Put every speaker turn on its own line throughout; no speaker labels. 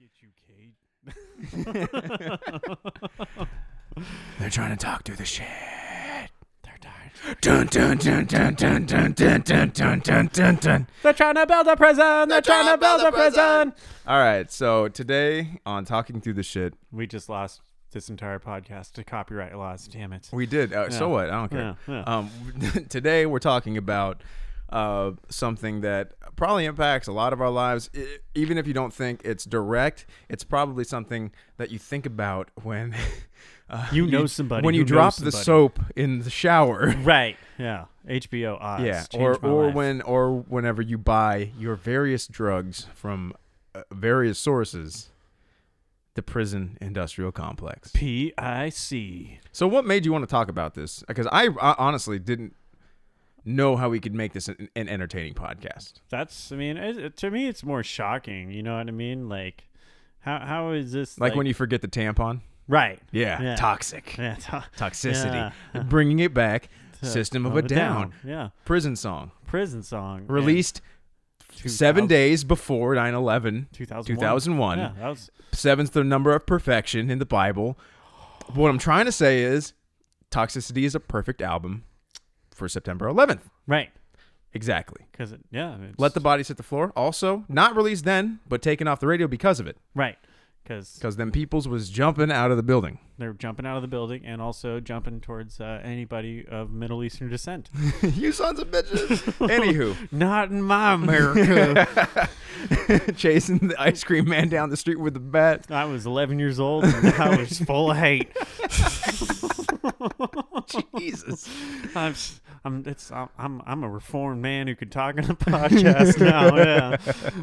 Get you, Cage.
They're trying to talk through the shit. They're tired. Dun dun dun dun dun dun dun dun dun dun dun dun.
They're trying to build a prison. They're trying to build a prison.
All right, so today on talking through the shit,
We just lost this entire podcast to copyright laws. Damn it.
we did. Uh, So what? I don't care.
Yeah,
Um, today we're talking about uh, something that probably impacts a lot of our lives. E- even if you don't think it's direct, it's probably something that you think about when uh,
You know somebody
when you
who knows
drop the
somebody.
soap in the shower.
Right. Yeah. HBO Oz.
Yeah, or
Changed my
or
life.
when or whenever you buy your various drugs from uh, various sources, the prison industrial complex.
PIC.
So, what made you want to talk about this? Because I, I honestly didn't know how we could make this an, an entertaining podcast.
That's. I mean, it, to me, it's more shocking. You know what I mean? Like, how how is this?
Like, when you forget the tampon.
Right.
Yeah,
Yeah.
toxic
Yeah. to-
toxicity.
Yeah.
Bringing it back. System of a down.
Yeah.
Prison song
Prison song.
released
in
seven
2000
days before 9-11
2001.
2001.
Yeah, that was
Seven's the number of perfection in the Bible. What I'm trying to say is, Toxicity is a perfect album for September 11th.
right.
Exactly.
Because it, yeah, it's,
Let the bodies hit the floor. Also, not released then, but taken off the radio because of it.
right because
Because them peoples was jumping out of the building.
they're jumping out of the building and also jumping towards uh, anybody of Middle Eastern descent.
you sons of bitches. Anywho,
Not in my America.
chasing the ice cream man down the street with a bat.
I was 11 years old and I was full of hate.
Jesus.
I'm, s- I'm, it's, I'm- I'm, I'm a reformed man who could talk on a podcast now. Yeah,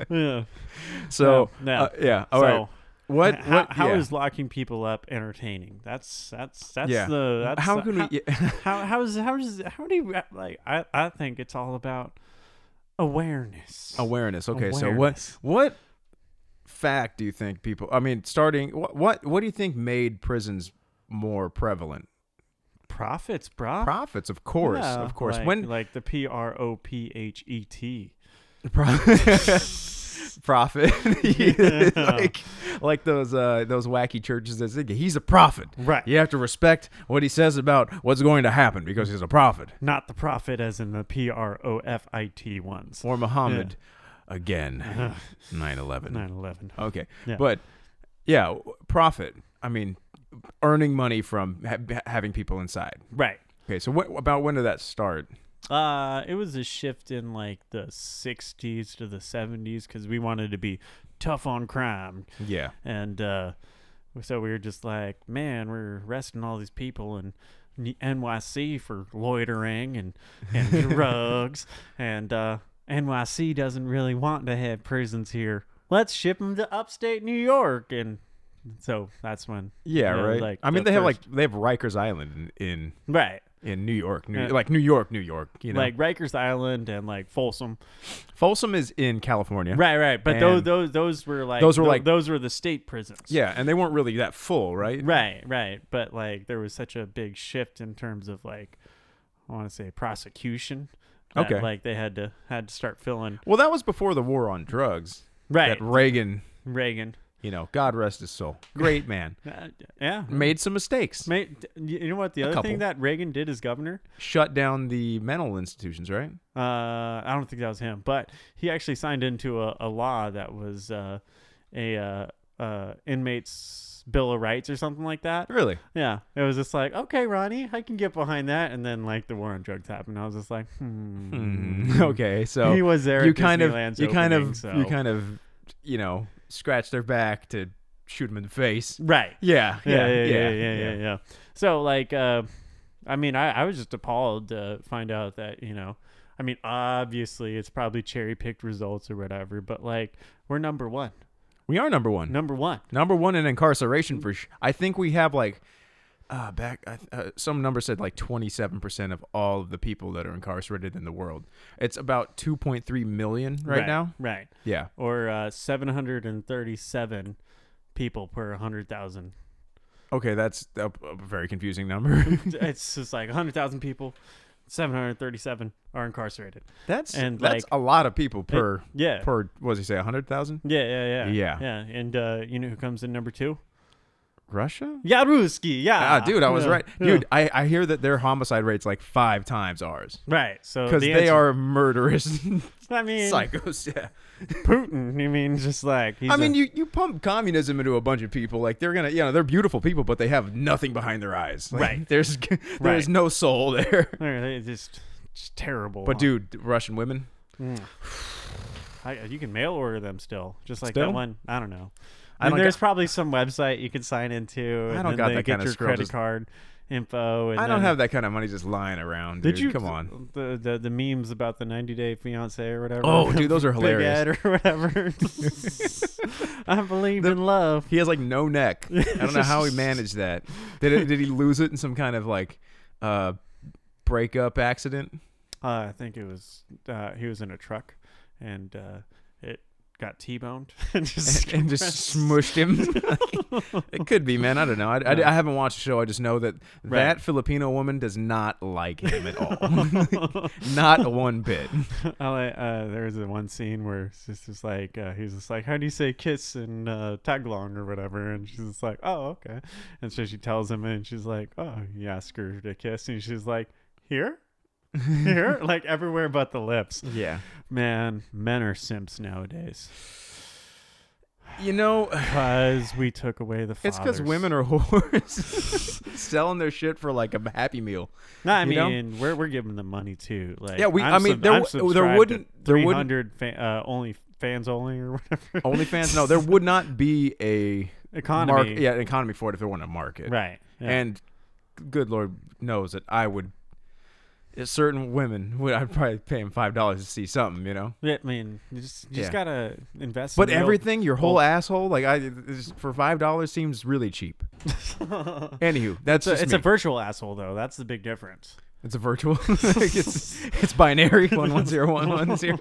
yeah.
So,
Yeah, yeah.
uh, yeah. All right.
So,
What?
h-
what?
how
yeah.
is locking people up entertaining? That's that's that's
Yeah.
the that's
how
the-
can we?
how how is how is how do you uh, like I I think it's all about awareness.
awareness okay
Awareness.
so what what fact do you think people i mean starting what what, what do you think made prisons more prevalent
Profits, brah.
profits of course
Yeah,
of course
like,
when
like the P R O P H E T.
pro- profit like like those uh those wacky churches that say he's a prophet
Right.
you have to respect what he says about what's going to happen because he's a prophet
Not the profit as in the P R O F I T ones.
or muhammad again 9-11
9 11.
Okay,
Yeah.
but yeah, w- profit. I mean, earning money from ha- ha- having people inside.
Right.
Okay, so what about when did that start?
Uh, it was a shift in like the 60s to the 70s because we wanted to be tough on crime.
Yeah,
and uh, so we were just like, man, we're arresting all these people in N- NYC for loitering and and drugs, and uh, NYC doesn't really want to have prisons here. Let's ship them to upstate New York, and so that's when
yeah,
you know,
right.
like,
I mean,
the
they have like
first-
they have Rikers Island in in,
right.
in New York, New,
Yeah.
like New York, New York. You know,
Like Rikers Island and like Folsom,
Folsom is in California.
right, right. But those
And-
those those were like
Those were,
tho-
like-
those were the state prisons.
Yeah, and they weren't really that full, right?
Right, right. But like there was such a big shift in terms of like I want to say prosecution. that,
Okay.
Like they had to had to start filling
Well, that was before the war on drugs.
right
That Reagan,
Reagan.
you know, God rest his soul, great man,
Uh, yeah.
made some mistakes.
Ma- you know what the other
Mm. couple.
thing that Reagan did as governor?
Shut down the mental institutions, right?
Uh I don't think that was him, but he actually signed into a, a law that was uh a uh, uh inmates bill of rights or something like that.
Really?
Yeah, it was just like, okay, Ronnie, I can get behind that. And then like the war on drugs happened. I was just like, hmm.
Mm, okay, so
He was there
You
at
kind of,
Disneyland's
you kind
opening,
of,
so-
you kind of, you know, scratch their back to shoot them in the face.
Right.
Yeah,
Yeah, yeah, yeah, yeah, yeah, yeah. So like, uh, I mean, I, I was just appalled to find out that you know, I mean, obviously it's probably cherry picked results or whatever, but like we're number one,
We are number one,
number one.
number one in
Mm-hmm.
incarceration for. Sh- I think we have like, uh, back I th- uh, some number said like twenty seven percent of all of the people that are incarcerated in the world. It's about two point three million right, now.
right?
Yeah,
Or uh, seven hundred and thirty-seven people per hundred thousand.
okay, that's a, a very confusing number.
it's just like hundred thousand people. 737 are incarcerated.
That's
And, like-
that's
uh,
a lot of people per
Yeah.
per. What does he say? hundred thousand?
yeah, yeah, yeah.
Yeah.
Yeah. And uh, you know who comes in number two?
Russia?
Yaruski. Yeah.
Ah, dude, I was
Yeah,
right.
yeah.
Dude, I, I hear that their homicide rate's like five times ours
Right. So
because
the
they
answer-
are murderous
I mean,
psychos. Yeah.
Putin. You mean just like he's
I mean,
a-
you, you pump communism into a bunch of people. Like they're gonna, you know, they're beautiful people, but they have nothing behind their eyes. Like,
Right.
There's there's
Right.
no soul there.
they're- they're just just terrible.
But dude, Russian women.
Mm. I, you can mail order them still, just like
Still?
that one. I don't know.
I
I mean,
don't
there's
got-
probably some website you can sign into. And
I don't
then
got
they
that
get
kinda
your
scroll,
credit
just-
card info. And
I don't
then-
have that kind of money just lying around. Dude.
Did you
come on?
the, the the memes about the 90 day fiance or whatever?
Oh, dude, those are
Big
hilarious.
Ed or whatever. I believe in love.
He has like no neck. I don't know how he managed that. Did it, did he lose it in some kind of like uh breakup accident?
Uh, I think it was uh, he was in a truck, and uh, it got t-boned and just
and just smushed him. it could be, man. I don't know. I, I, I haven't watched the show. I just know that that Filipino woman does not like him at all. not one bit.
I like, uh, there was the one scene where it's just, just like uh, he's just like, "How do you say kiss in uh, Tagalog or whatever?" And she's just like, "Oh, okay." And so she tells him, and she's like, "Oh, you ask her to kiss," and she's like, "Here, here, like everywhere but the lips."
Yeah.
Man, men are simps nowadays
You know,
because we took away the. Fathers.
it's because women are whores selling their shit for like a happy meal.
No, I
you know?
mean, we're we're giving them money too. Like,
Yeah, we-
I'm
I mean,
sub-
there
I'm
w- there
subscribed to
wouldn't- there wouldn't-
300 fa- uh, only fans only or whatever
OnlyFans? No, there would not be a
economy.
mark- yeah, an economy for it if there weren't a market.
Right. yeah.
And good Lord knows that I would. eh, Certain women, would I'd probably pay them five dollars to see something, you know.
Yeah, I mean, you just, you
Yeah.
just gotta invest.
But
in real-
everything, your whole asshole, like I it's- for five dollars seems really cheap. Anywho, that's
it's, a,
just
it's
me.
a virtual asshole though. That's the big difference.
it's a virtual. Like, it's it's binary one one zero one one zero.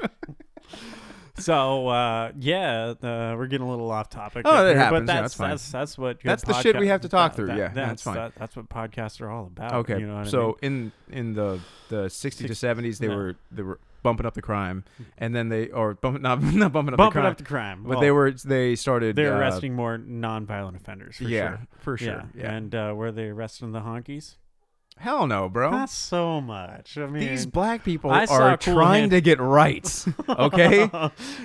So uh, yeah, uh, we're getting a little off topic.
Oh,
up
that
here,
happens. Yeah,
But that's
that's fine.
that's, that's what good
That's the shit we
podca-
have to talk
that-
through.
that-
Yeah,
that's
that's fine.
that- that's what podcasts are all about.
Okay,
you know what I
so
mean?
in in the the sixty to
Six-
seventies, they
no.
were they were bumping up the crime, and then they or bumping not not bumping up the
bumping
crime,
up the crime.
but
Well,
they were they started
they're
uh,
arresting more nonviolent offenders. For
yeah,
sure.
for sure. Yeah,
and uh, were they arresting the honkies?
hell no, bro.
Not so much. I mean,
Oh. These black people
I saw
are
a cool
trying
hand-
to get rights, okay?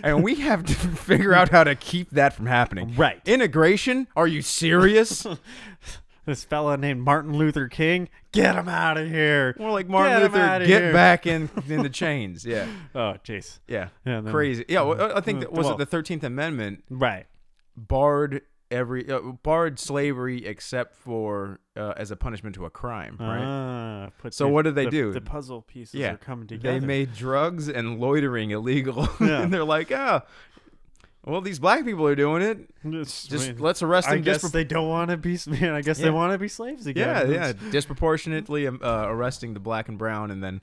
and we have to figure out how to keep that from happening.
Right.
Integration? Are you serious?
this fella named Martin Luther King, get him out of here.
More like Martin
Get 'em
Luther,
outta
get
here.
back in in the chains. Yeah,
Oh, jeez.
yeah,
Yeah, then- uh,
crazy. Yeah, well, I think that, was
Well-
it the Thirteenth Amendment
Right.
barred every uh, barred slavery except for uh, as a punishment to a crime, right?
Ah, put
So
the-
what did they
the-
do?
The puzzle pieces
Yeah.
are coming together.
they made drugs and loitering illegal,
Yeah.
and they're like, ah, well, these black people are doing it.
It's- I
Just
mean,
let's arrest
I
them.
guess
dispropor-
they don't want to be. Man, I guess
Yeah.
they want to be slaves again.
yeah, yeah,
It's-
disproportionately um, uh, arresting the black and brown, and then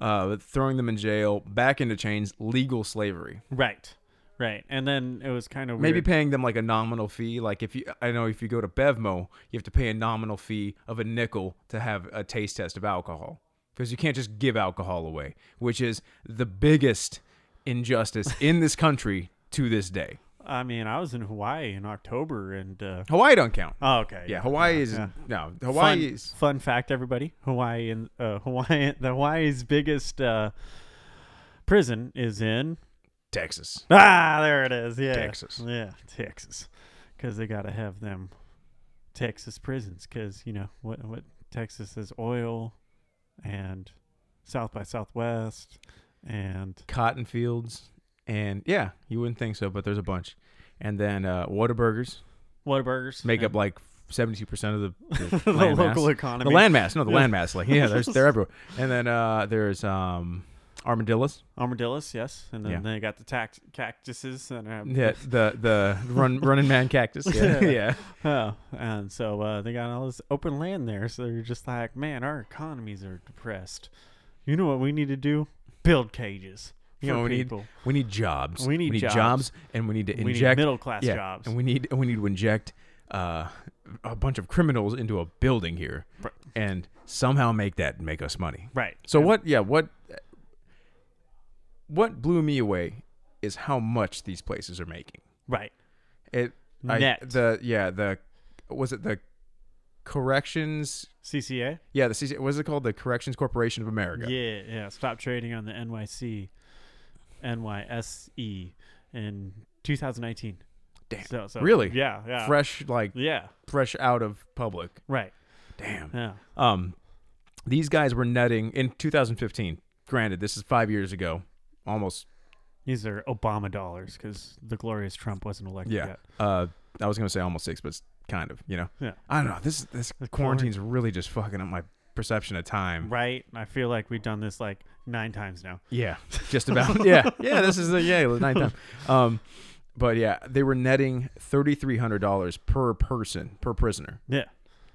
uh, throwing them in jail, back into chains, legal slavery.
Right. Right. And then it was kind of
Maybe
weird.
paying them like a nominal fee. Like if you, I know if you go to Bevmo, you have to pay a nominal fee of a nickel to have a taste test of alcohol, because you can't just give alcohol away, which is the biggest injustice in this country to this day.
I mean, I was in Hawaii in October, and uh,
Hawaii don't count.
oh, okay.
Yeah, Hawaii is
yeah.
no
Fun,
Hawaii is
fun fact, everybody. Hawaii and uh, Hawaii, the Hawaii's biggest uh, prison is in
Texas.
ah, there it is. Yeah,
Texas.
Yeah, Texas, because they gotta have them Texas prisons. Because you know what? What Texas is oil and South by Southwest and
cotton fields, and yeah, you wouldn't think so, but there's a bunch. And then uh, Whataburgers
Whataburgers
make
and
up like seventy two percent of the, the,
the
landmass.
local
The
economy.
landmass, no, the landmass. Like yeah, there's they're everywhere. And then uh, there's um, armadillos.
Armadillos, yes, and then
Yeah.
they got the tact- cactuses and uh,
Yeah, the the run running man cactus. Yeah, yeah.
Oh, and so uh, they got all this open land there. So they're just like, man, our economies are depressed. You know what we need to do? Build cages
You know,
for
we need
people.
we need jobs.
We need
jobs.
jobs.
and we need to
we
inject
need middle class
yeah,
jobs.
and we need and we need to inject uh, a bunch of criminals into a building here.
Br-
and somehow make that make us money.
Right.
So what? Yeah. What? What blew me away is how much these places are making.
Right.
It I,
Net.
the yeah the was it the corrections
CCA.
yeah the CC, was it called the Corrections Corporation of America
Yeah, yeah. Stop trading on the NYC, NYSE E in 2019.
Damn.
So, so
Really?
Yeah, yeah.
fresh like
Yeah.
fresh out of public
Right.
damn
Yeah.
um these guys were netting in 2015 granted this is five years ago almost
These are Obama dollars because the glorious Trump wasn't elected
yeah
yet.
uh I was gonna say almost six but it's kind of you know
Yeah.
I don't know this this
The quarantine.
quarantine's really just fucking up my perception of time
Right. I feel like we've done this like nine times now.
Yeah, just about. yeah, yeah. This is the yeah the ninth time. Um, but yeah, they were netting thirty three hundred dollars per person per prisoner,
Yeah.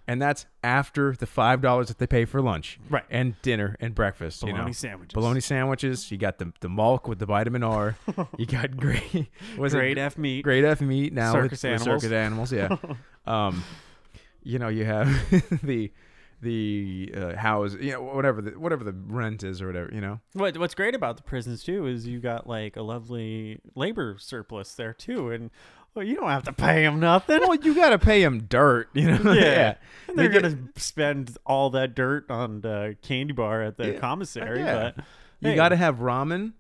and that's after the five dollars that they pay for lunch,
Right.
and dinner and breakfast.
Bologna
you know,
sandwiches.
bologna sandwiches. You got the the mulk with the vitamin R. you got great was
Grade
it,
F meat.
great F meat now
Circus
with, with circus animals. Yeah, um, you know you have the the uh, house, you know whatever the, whatever the rent is or whatever you know.
What What's great about the prisons too is you got like a lovely labor surplus there too, and well, you don't have to pay them nothing.
well, you gotta pay them dirt, you know.
Yeah.
They
And they're
get-
going to spend all that dirt on the candy bar at the
Yeah.
commissary.
Yeah.
But
you
hey,
gotta have ramen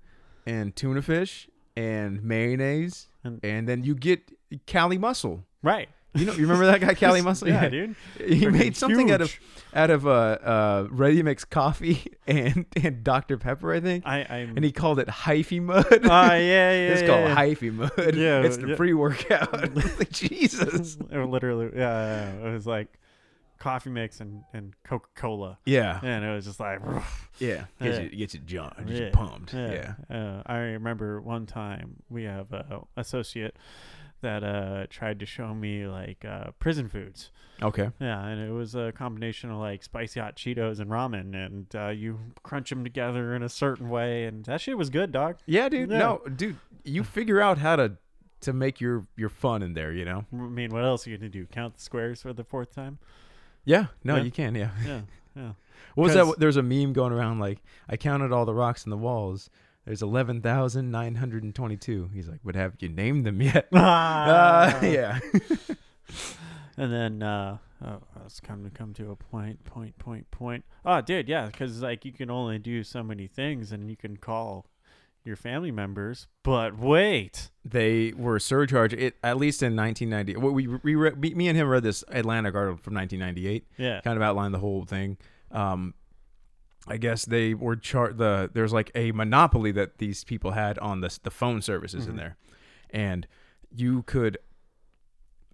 and tuna fish and mayonnaise,
And-
and, then you get Cali mussel.
Right.
You know, you remember that guy Cali mussel?
Yeah, dude.
He
Freaking
made something out of
huge.
out of uh, uh, ready mix coffee and and Dr Pepper, I think,
I, I'm.
and he called it hyphy mud.
Ah, yeah, yeah.
it's
yeah,
called
yeah.
hyphy mud.
Yeah,
it's the
yeah.
pre-workout. like, Jesus.
Or literally, yeah, yeah, it was like coffee mix and, and Coca Cola.
Yeah,
And it was just like,
yeah. Gets
Yeah.
you, gets you junk, gets
Yeah.
you pumped. yeah.
Uh, I remember one time we have a associate that uh, tried to show me like uh, prison foods.
Okay.
Yeah, and it was a combination of like spicy hot Cheetos and ramen, and uh, you crunch them together in a certain way, and that shit was good, dog.
Yeah, dude.
Yeah.
No, dude, you figure out how to to make your your fun in there, you know.
I mean, what else are you gonna do? Count the squares for the fourth time?
Yeah. No,
Yeah.
you can. Yeah.
Yeah, yeah.
What was
'Cause-
that? There's a meme going around like I counted all the rocks in the walls. There's eleven thousand nine hundred and twenty-two. He's like, "What have you named them yet?"
Ah,
Uh, yeah.
And then uh, oh, I was coming to come to a point, point, point, point. Oh, dude, yeah, because like you can only do so many things, and you can call your family members. But wait,
they were surcharged. It at least in 1990. Well, we, we re- me me and him read this Atlantic article from 1998.
yeah,
kind of outlined the whole thing. Um, I guess they were chart the there's like a monopoly that these people had on the the phone services
Mm-hmm.
in there, and you could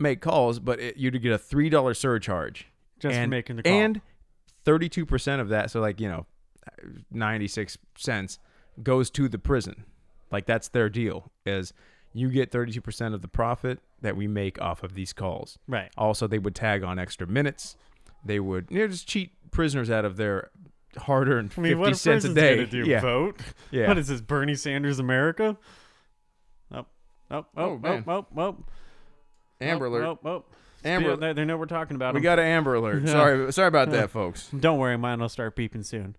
make calls, but it, you'd get a three dollar surcharge
just for
and,
making the call.
and thirty two percent of that, so like you know, ninety six cents goes to the prison. Like that's their deal is you get thirty two percent of the profit that we make off of these calls.
right,
Also, they would tag on extra minutes. They would you know, just cheat prisoners out of their hard-earned
I mean, what
fifty
a
cents a
person's
day.
gonna do?
yeah,
Vote?
yeah.
What is this, Bernie Sanders America? Oh, oh, oh,
Oh,
oh,
man.
oh, oh.
Amber
oh,
alert.
Oh, oh.
Amber.
Yeah, they, they know we're talking about
we
them.
got an Amber alert.
Yeah.
Sorry, sorry about
Yeah.
that, folks.
Don't worry, mine will start beeping soon.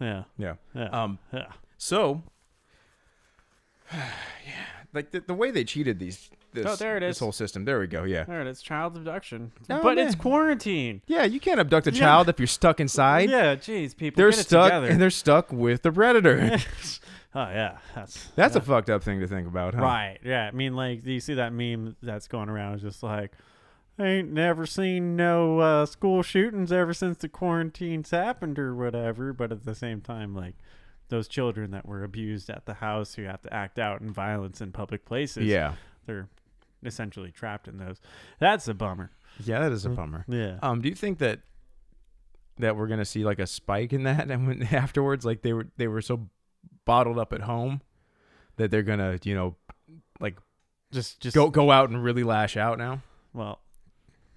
Yeah,
Yeah.
yeah,
Um.
yeah.
So. yeah, like the, the way they cheated these. This,
Oh, there it
This
is.
whole system. There we go. Yeah.
All right, it's child abduction,
Oh,
but
man.
it's quarantine.
Yeah, you can't abduct a
Yeah.
child if you're stuck inside.
yeah, jeez, people.
They're
get it
stuck,
together.
and they're stuck with the predator.
oh yeah, that's
That's a fucked up thing to think about, huh?
right. Yeah, I mean, like, do you see that meme that's going around? It's just like, I ain't never seen no uh, school shootings ever since the quarantines happened or whatever. But at the same time, like, those children that were abused at the house who have to act out in violence in public places,
Yeah.
they're essentially trapped in those. That's a bummer.
Yeah, that is a bummer.
Yeah.
Um, do you think that that we're gonna see like a spike in that, and when afterwards, like they were they were so bottled up at home that they're gonna you know like
just, just
go go out and really lash out now?
Well,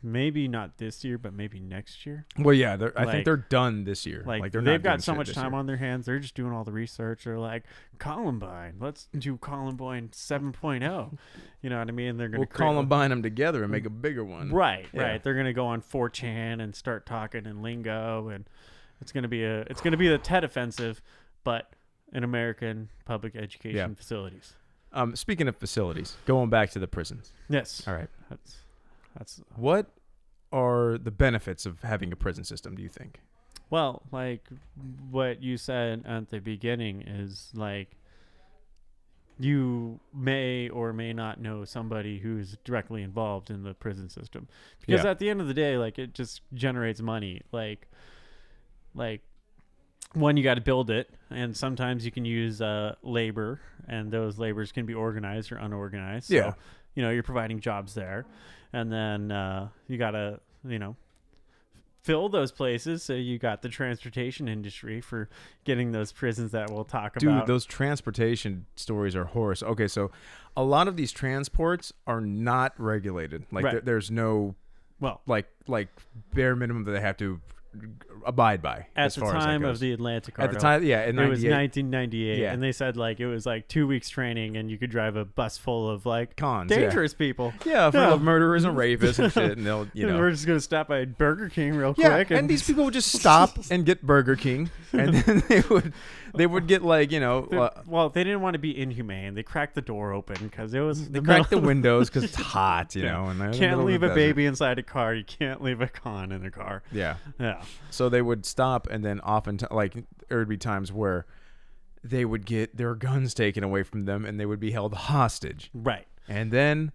maybe not this year, but maybe next year.
Well, yeah, they're, I
Like-
think they're done this year.
Like,
Like, they're
they've
not doing
got so
shit
much
this
time
year.
on their hands. They're just doing all the research. They're like Columbine. Let's do Columbine 7.0. you know what I mean? They're gonna
We'll
create-
Columbine them together and make a bigger one.
Right,
Yeah.
right. They're gonna go on 4chan and start talking in lingo, and it's gonna be a it's gonna be the Tet offensive, but in American public education
Yeah.
facilities.
Um, speaking of facilities, going back to the prisons.
Yes,
All right.
that's that's
What are the benefits of having a prison system? Do you think?
Well, like what you said at the beginning is like you may or may not know somebody who's directly involved in the prison system. Because
Yeah.
at the end of the day, like it just generates money. Like like one you got to build it and sometimes you can use uh, labor and those labors can be organized or unorganized so,
Yeah.
you know you're providing jobs there and then uh, you got to you know fill those places so you got the transportation industry for getting those prisons that we'll talk
Dude,
about
those transportation stories are horse. Okay, so a lot of these transports are not regulated. Like
Right.
there, there's no
well
like like bare minimum that they have to abide by
at
as
the
far as that
time
goes.
of the Atlantic
at the
Article,
time yeah in
it was
98
1998
Yeah.
and they said like it was like two weeks training and you could drive a bus full of like
Cons, yeah.
dangerous people
yeah for
Yeah.
the murderers and rapists and shit and they'll you
And
know
we're just gonna stop by Burger King real
Yeah,
quick.
and, these people would just stop and get Burger King, and then they would they would get like you know
They're-
uh,
well, they didn't want to be inhumane. They cracked the door open because it was
they crack the windows because it's hot, you know, and they're in the middle
Can't
of the
leave a
desert.
baby inside a car. You can't leave a con in a car.
Yeah,
Yeah,
so they would stop, and then often like there would be times where they would get their guns taken away from them, and they would be held hostage,
right.
and then.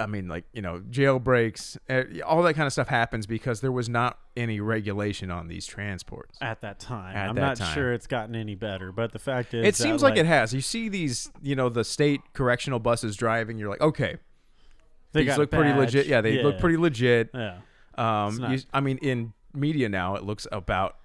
I mean, like you know, jailbreaks, eh, all that kind of stuff happens because there was not any regulation on these transports.
At that time,
At
I'm
that
not
time.
sure it's gotten any better. But the fact is, that,
It seems like, it has. You see these, you know, the state correctional buses driving. You're like, okay,
they
these
got
look pretty
badged.
legit. Yeah, they look pretty legit.
Yeah,
Um,
not-
you- I mean, in media now, it looks about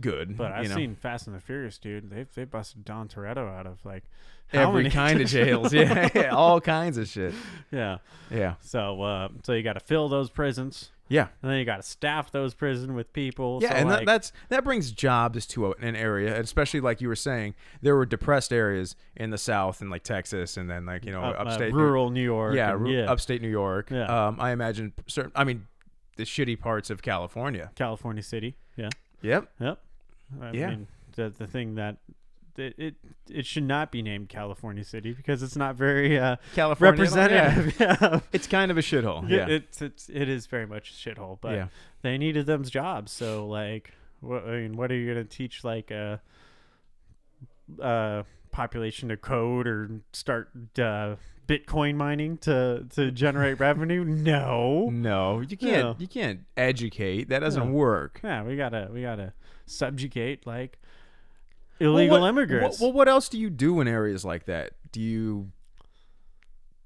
good.
but I've
you know,
seen Fast and the Furious, dude. They they busted Don Toretto out of like how
every
many-
kind of jails. Yeah, yeah, all kinds of shit.
yeah.
Yeah,
So uh, so you got to fill those prisons,
yeah,
and then you got to staff those prison with people.
yeah.
So,
and that,
like-
that's that brings jobs to a, an area, especially like you were saying, there were depressed areas in the South and like Texas, and then like you know,
up- uh,
upstate New-
rural New York.
yeah,
and-
ru-
yeah.
upstate New York.
Yeah.
Um, I imagine certain. I mean, the shitty parts of California.
California City. Yeah,
Yep.
yep. I
Yeah.
mean, the the thing that it, it it should not be named California City because it's not very uh,
California.
representative. Yeah.
It's kind of a shithole.
It-
Yeah.
it's it's it is very much a shithole, but
Yeah.
they needed them's jobs. So like, wha I mean, what are you gonna teach like a uh, population to code or start uh, Bitcoin mining to to generate revenue? No,
No, you can't.
No.
You can't educate. That doesn't
No.
work.
Yeah, we gotta we gotta subjugate like illegal
Well, what-
immigrants.
Well, what else do you do in areas like that? Do you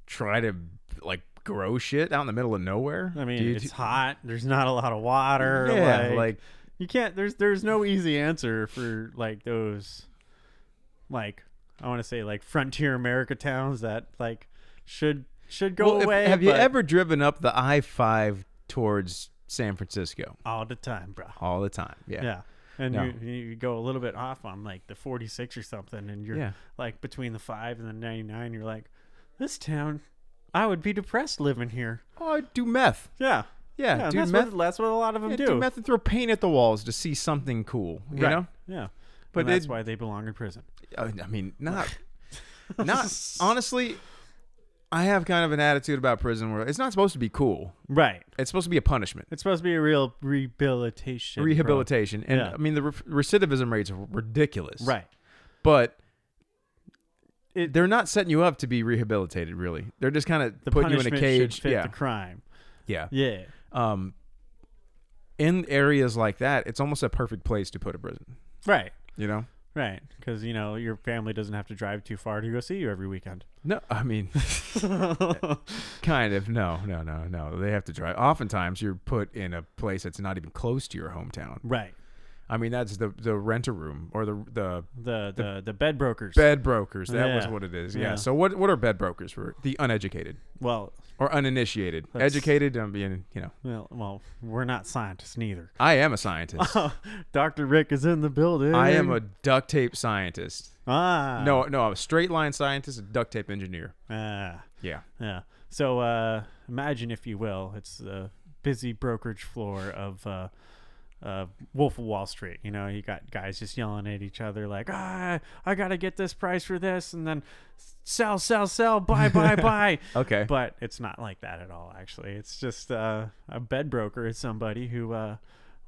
try to like grow shit out in the middle of nowhere?
I mean,
Do you
it's
do-
hot. There's not a lot of water.
yeah,
like,
like
you can't. There's there's no easy answer for like those, like I want to say like frontier America towns that like should should go
Well, if-
away.
have you
but-
ever driven up the I five towards San Francisco
all the time, bro?
all the time? Yeah.
Yeah. And
No.
you, you go a little bit off on like the 46 or something, and you're
Yeah.
like between the 5 and the 99, you're like, this town, I would be depressed living here.
Oh, I do meth.
Yeah.
Yeah,
Yeah,
do
that's,
meth.
what, that's what a lot of them
yeah,
do.
do meth and throw paint at the walls to see something cool. You
Right.
know.
Yeah. But
But
that's
it-
why they belong in prison.
I I mean, not, not honestly. I have kind of an attitude about prison where it's not supposed to be cool.
Right.
It's supposed to be a punishment,
It's supposed to be a real rehabilitation. pro-
rehabilitation, and
Yeah.
I mean the re- recidivism rates are ridiculous.
Right.
but
It-
they're not setting you up to be rehabilitated. Really, they're just kind of
The
putting you in
punishment
a cage.
should fit
Yeah,
the crime.
yeah.
Yeah.
Um, in areas like that, it's almost a perfect place to put a prison.
Right.
You know.
Right. Because, you know, your family doesn't have to drive too far to go see you every weekend.
No, I mean, kind of. No, no, no, no. They have to drive. Oftentimes, you're put in a place that's not even close to your hometown.
right.
I mean, that's the the rent a room or the the
The the the bed brokers.
bed brokers. That was
Yeah.
what it is. Yeah.
Yeah.
So what what are bed brokers for the uneducated
Well,
or uninitiated?
That's-
Educated, I'm being you know.
well, well, we're not scientists neither.
I am a scientist.
Dr. Rick is in the building.
I am a duct tape scientist.
ah
No, no, I'm a straight line scientist, a duct tape engineer.
ah.
Yeah.
Yeah. So uh, imagine, if you will, it's the busy brokerage floor of uh, uh, Wolf of Wall Street. You know, you got guys just yelling at each other like, "Ah, I gotta get this price for this," and then sell, sell, sell, buy, buy, buy.
Okay.
But it's not like that at all. Actually, it's just uh, a bed broker is somebody who. Uh,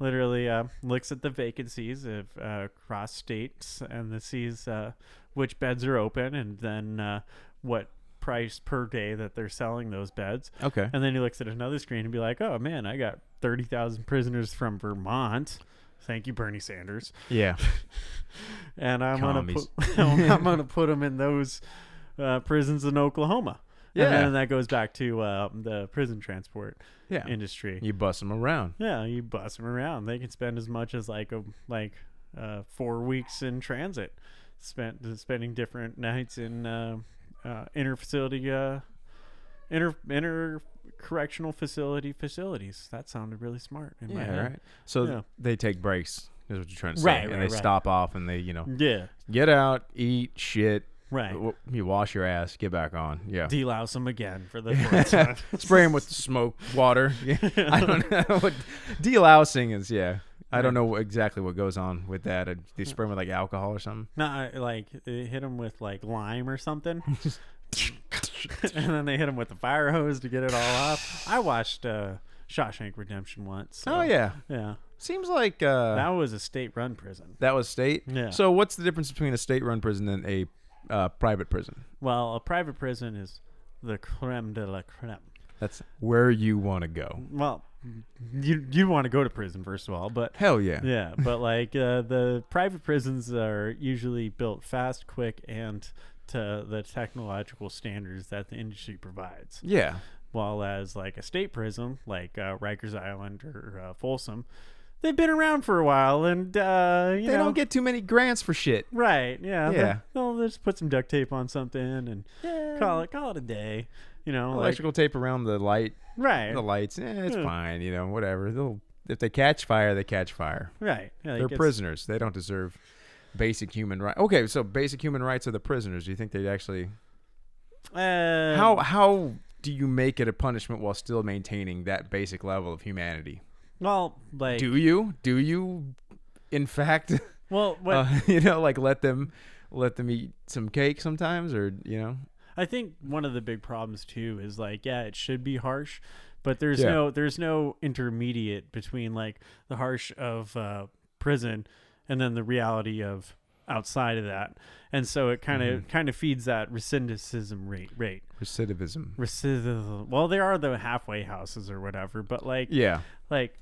Literally uh, looks at the vacancies of uh, cross states and the sees uh, which beds are open and then uh, what price per day that they're selling those beds.
okay.
And then he looks at another screen and be like, "Oh man, I got thirty thousand prisoners from Vermont. Thank you, Bernie Sanders."
Yeah.
And I'm gonna
Commies.
put I'm gonna put them in those uh, prisons in Oklahoma. And
Yeah.
then that goes back to uh, the prison transport
Yeah.
industry.
You bust them around.
Yeah, you bus them around. They can spend as much as like a like uh, four weeks in transit, spent uh, spending different nights in uh, uh, inner facility, uh, inter inter correctional facility facilities. That sounded really smart in my
Yeah.
head.
Right. So
Yeah.
they take breaks. Is what you're trying to say.
Right,
and
right,
they
right.
stop off and they you know
Yeah,
get out, eat, shit,
right.
w- you wash your ass, get back on. Yeah.
Delouse them again for the fourth time.
Spray them with smoke, water. Yeah. I don't know what delousing is. Yeah. I don't know exactly what goes on with that. Uh, They spray 'em with like alcohol or something.
Not uh, like they hit them with like lime or something. and then they hit them with the fire hose to get it all off. I watched uh, Shawshank Redemption once. so-
Oh yeah,
yeah.
seems like uh,
That was a state-run prison.
That was state.
Yeah.
So what's the difference between a state-run prison and a uh, private prison?
Well, a private prison is the creme de la creme.
That's where you want to go.
Well, you you want to go to prison first of all, but
Hell yeah.
yeah, but like uh, the private prisons are usually built fast, quick, and to the technological standards that the industry provides.
Yeah.
While as like a state prison, like uh, Rikers Island or uh, Folsom, they've been around for a while, and uh, you
They
know,
don't get too many grants for shit.
Right. Yeah.
Yeah.
They'll, they'll just put some duct tape on something and call it call it a day. You know, like,
Electrical tape around the light,
right,
the lights. Eh, it's
Yeah.
fine. You know, whatever. They'll if they catch fire, they catch fire.
right. Yeah, like
They're
it's-
prisoners. They don't deserve basic human rights. Okay, so basic human rights are the prisoners. Do you think they'd actually?
Uh,
How how do you make it a punishment while still maintaining that basic level of humanity?
well, like,
Do you? Do you? In fact.
well, what,
Uh, you know, like let them let them eat some cake sometimes, or you know,
I think one of the big problems too is like, yeah, it should be harsh, but there's
Yeah.
no there's no intermediate between like the harsh of uh, prison and then the reality of outside of that, and so it kind of kind of feeds that recidivism rate rate.
recidivism.
recidivism. Well, there are the halfway houses or whatever, but like,
Yeah,
like,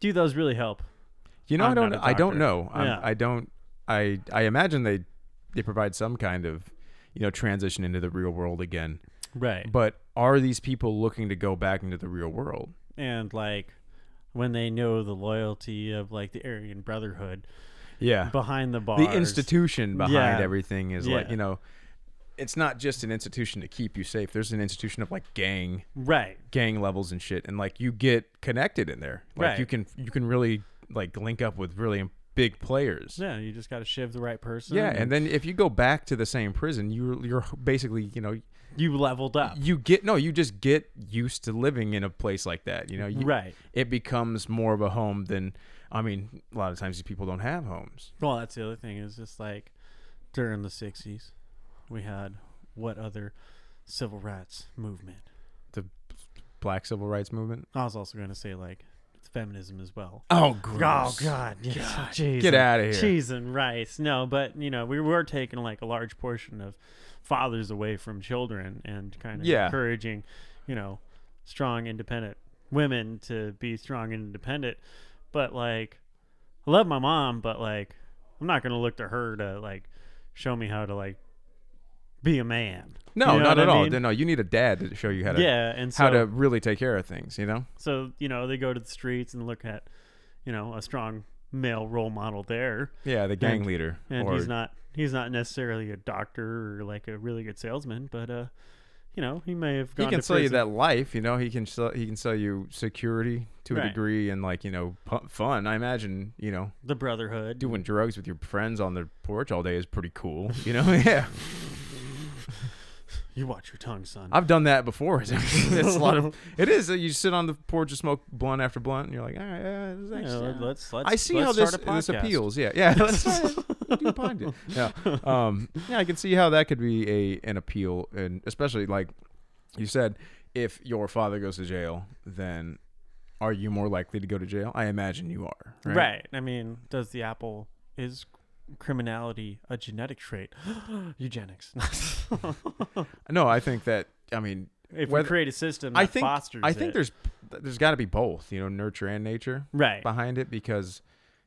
do those really help?
you know,
I'm
I don't,
not a
I don't
doctor.
know. I'm,
Yeah.
I don't. I I imagine they they provide some kind of you know transition into the real world again.
Right.
But are these people looking to go back into the real world?
And like, when they know the loyalty of like the Aryan Brotherhood
Yeah,
behind the bars,
the institution behind
Yeah.
everything is like
Yeah.
you know. It's not just an institution to keep you safe. There's an institution of like gang
right?
gang levels and shit and like you get connected in there like
Right.
you can you can really like link up with really big players
Yeah, you just got to shiv the right person.
yeah and then if you go back to the same prison you're you're basically you know
you leveled up.
you get no you just get used to living in a place like that you know you,
Right.
it becomes more of a home than i mean a lot of times these people don't have homes
Well, that's the other thing is just like during the '60s, we had what other civil rights movement?
the black civil rights movement
I was also going to say like feminism as well.
oh
Oh
gross.
God! Yes. Cheese
Get
and-
outta here.
Cheese and rice. No, but you know we were taking like a large portion of fathers away from children and kind of
Yeah.
encouraging, you know, strong independent women to be strong and independent. But like, I love my mom, but like, I'm not gonna look to her to like show me how to like be a man.
no
You know
not
what
at
I
all
mean?
no you need a dad to show you how to
Yeah, and so
how to really take care of things you know
so you know they go to the streets and look at, you know, a strong male role model there.
Yeah, the gang leader.
and
or,
he's not he's not necessarily a doctor or like a really good salesman, but uh, you know, he may have gone
he can
to
sell you
prison.
that life, you know. He can sell, he can sell you security to a
Right.
degree and like you know pu- fun. I imagine you know
the brotherhood.
doing drugs with your friends on the porch all day is pretty cool. You know, yeah.
You watch your tongue, son.
I've done that before. It's, a lot of it is. uh, You sit on the porch and smoke blunt after blunt, and you're like, all right, yeah, this is
You
actually-
know, let's, let's,
I see
let's
how this
start a
this
podcast.
appeals. Yeah, yeah. Let's do a podcast. Yeah, um, yeah. I can see how that could be a an appeal, and especially like you said, if your father goes to jail, then are you more likely to go to jail? I imagine you are. Right.
Right. I mean, does the apple is criminality a genetic trait? Eugenics.
No, I think that. I mean,
if
Whether-
we create a system that
I think
fosters
I think
it.
there's there's got to be both. You know, nurture and nature.
right.
behind it because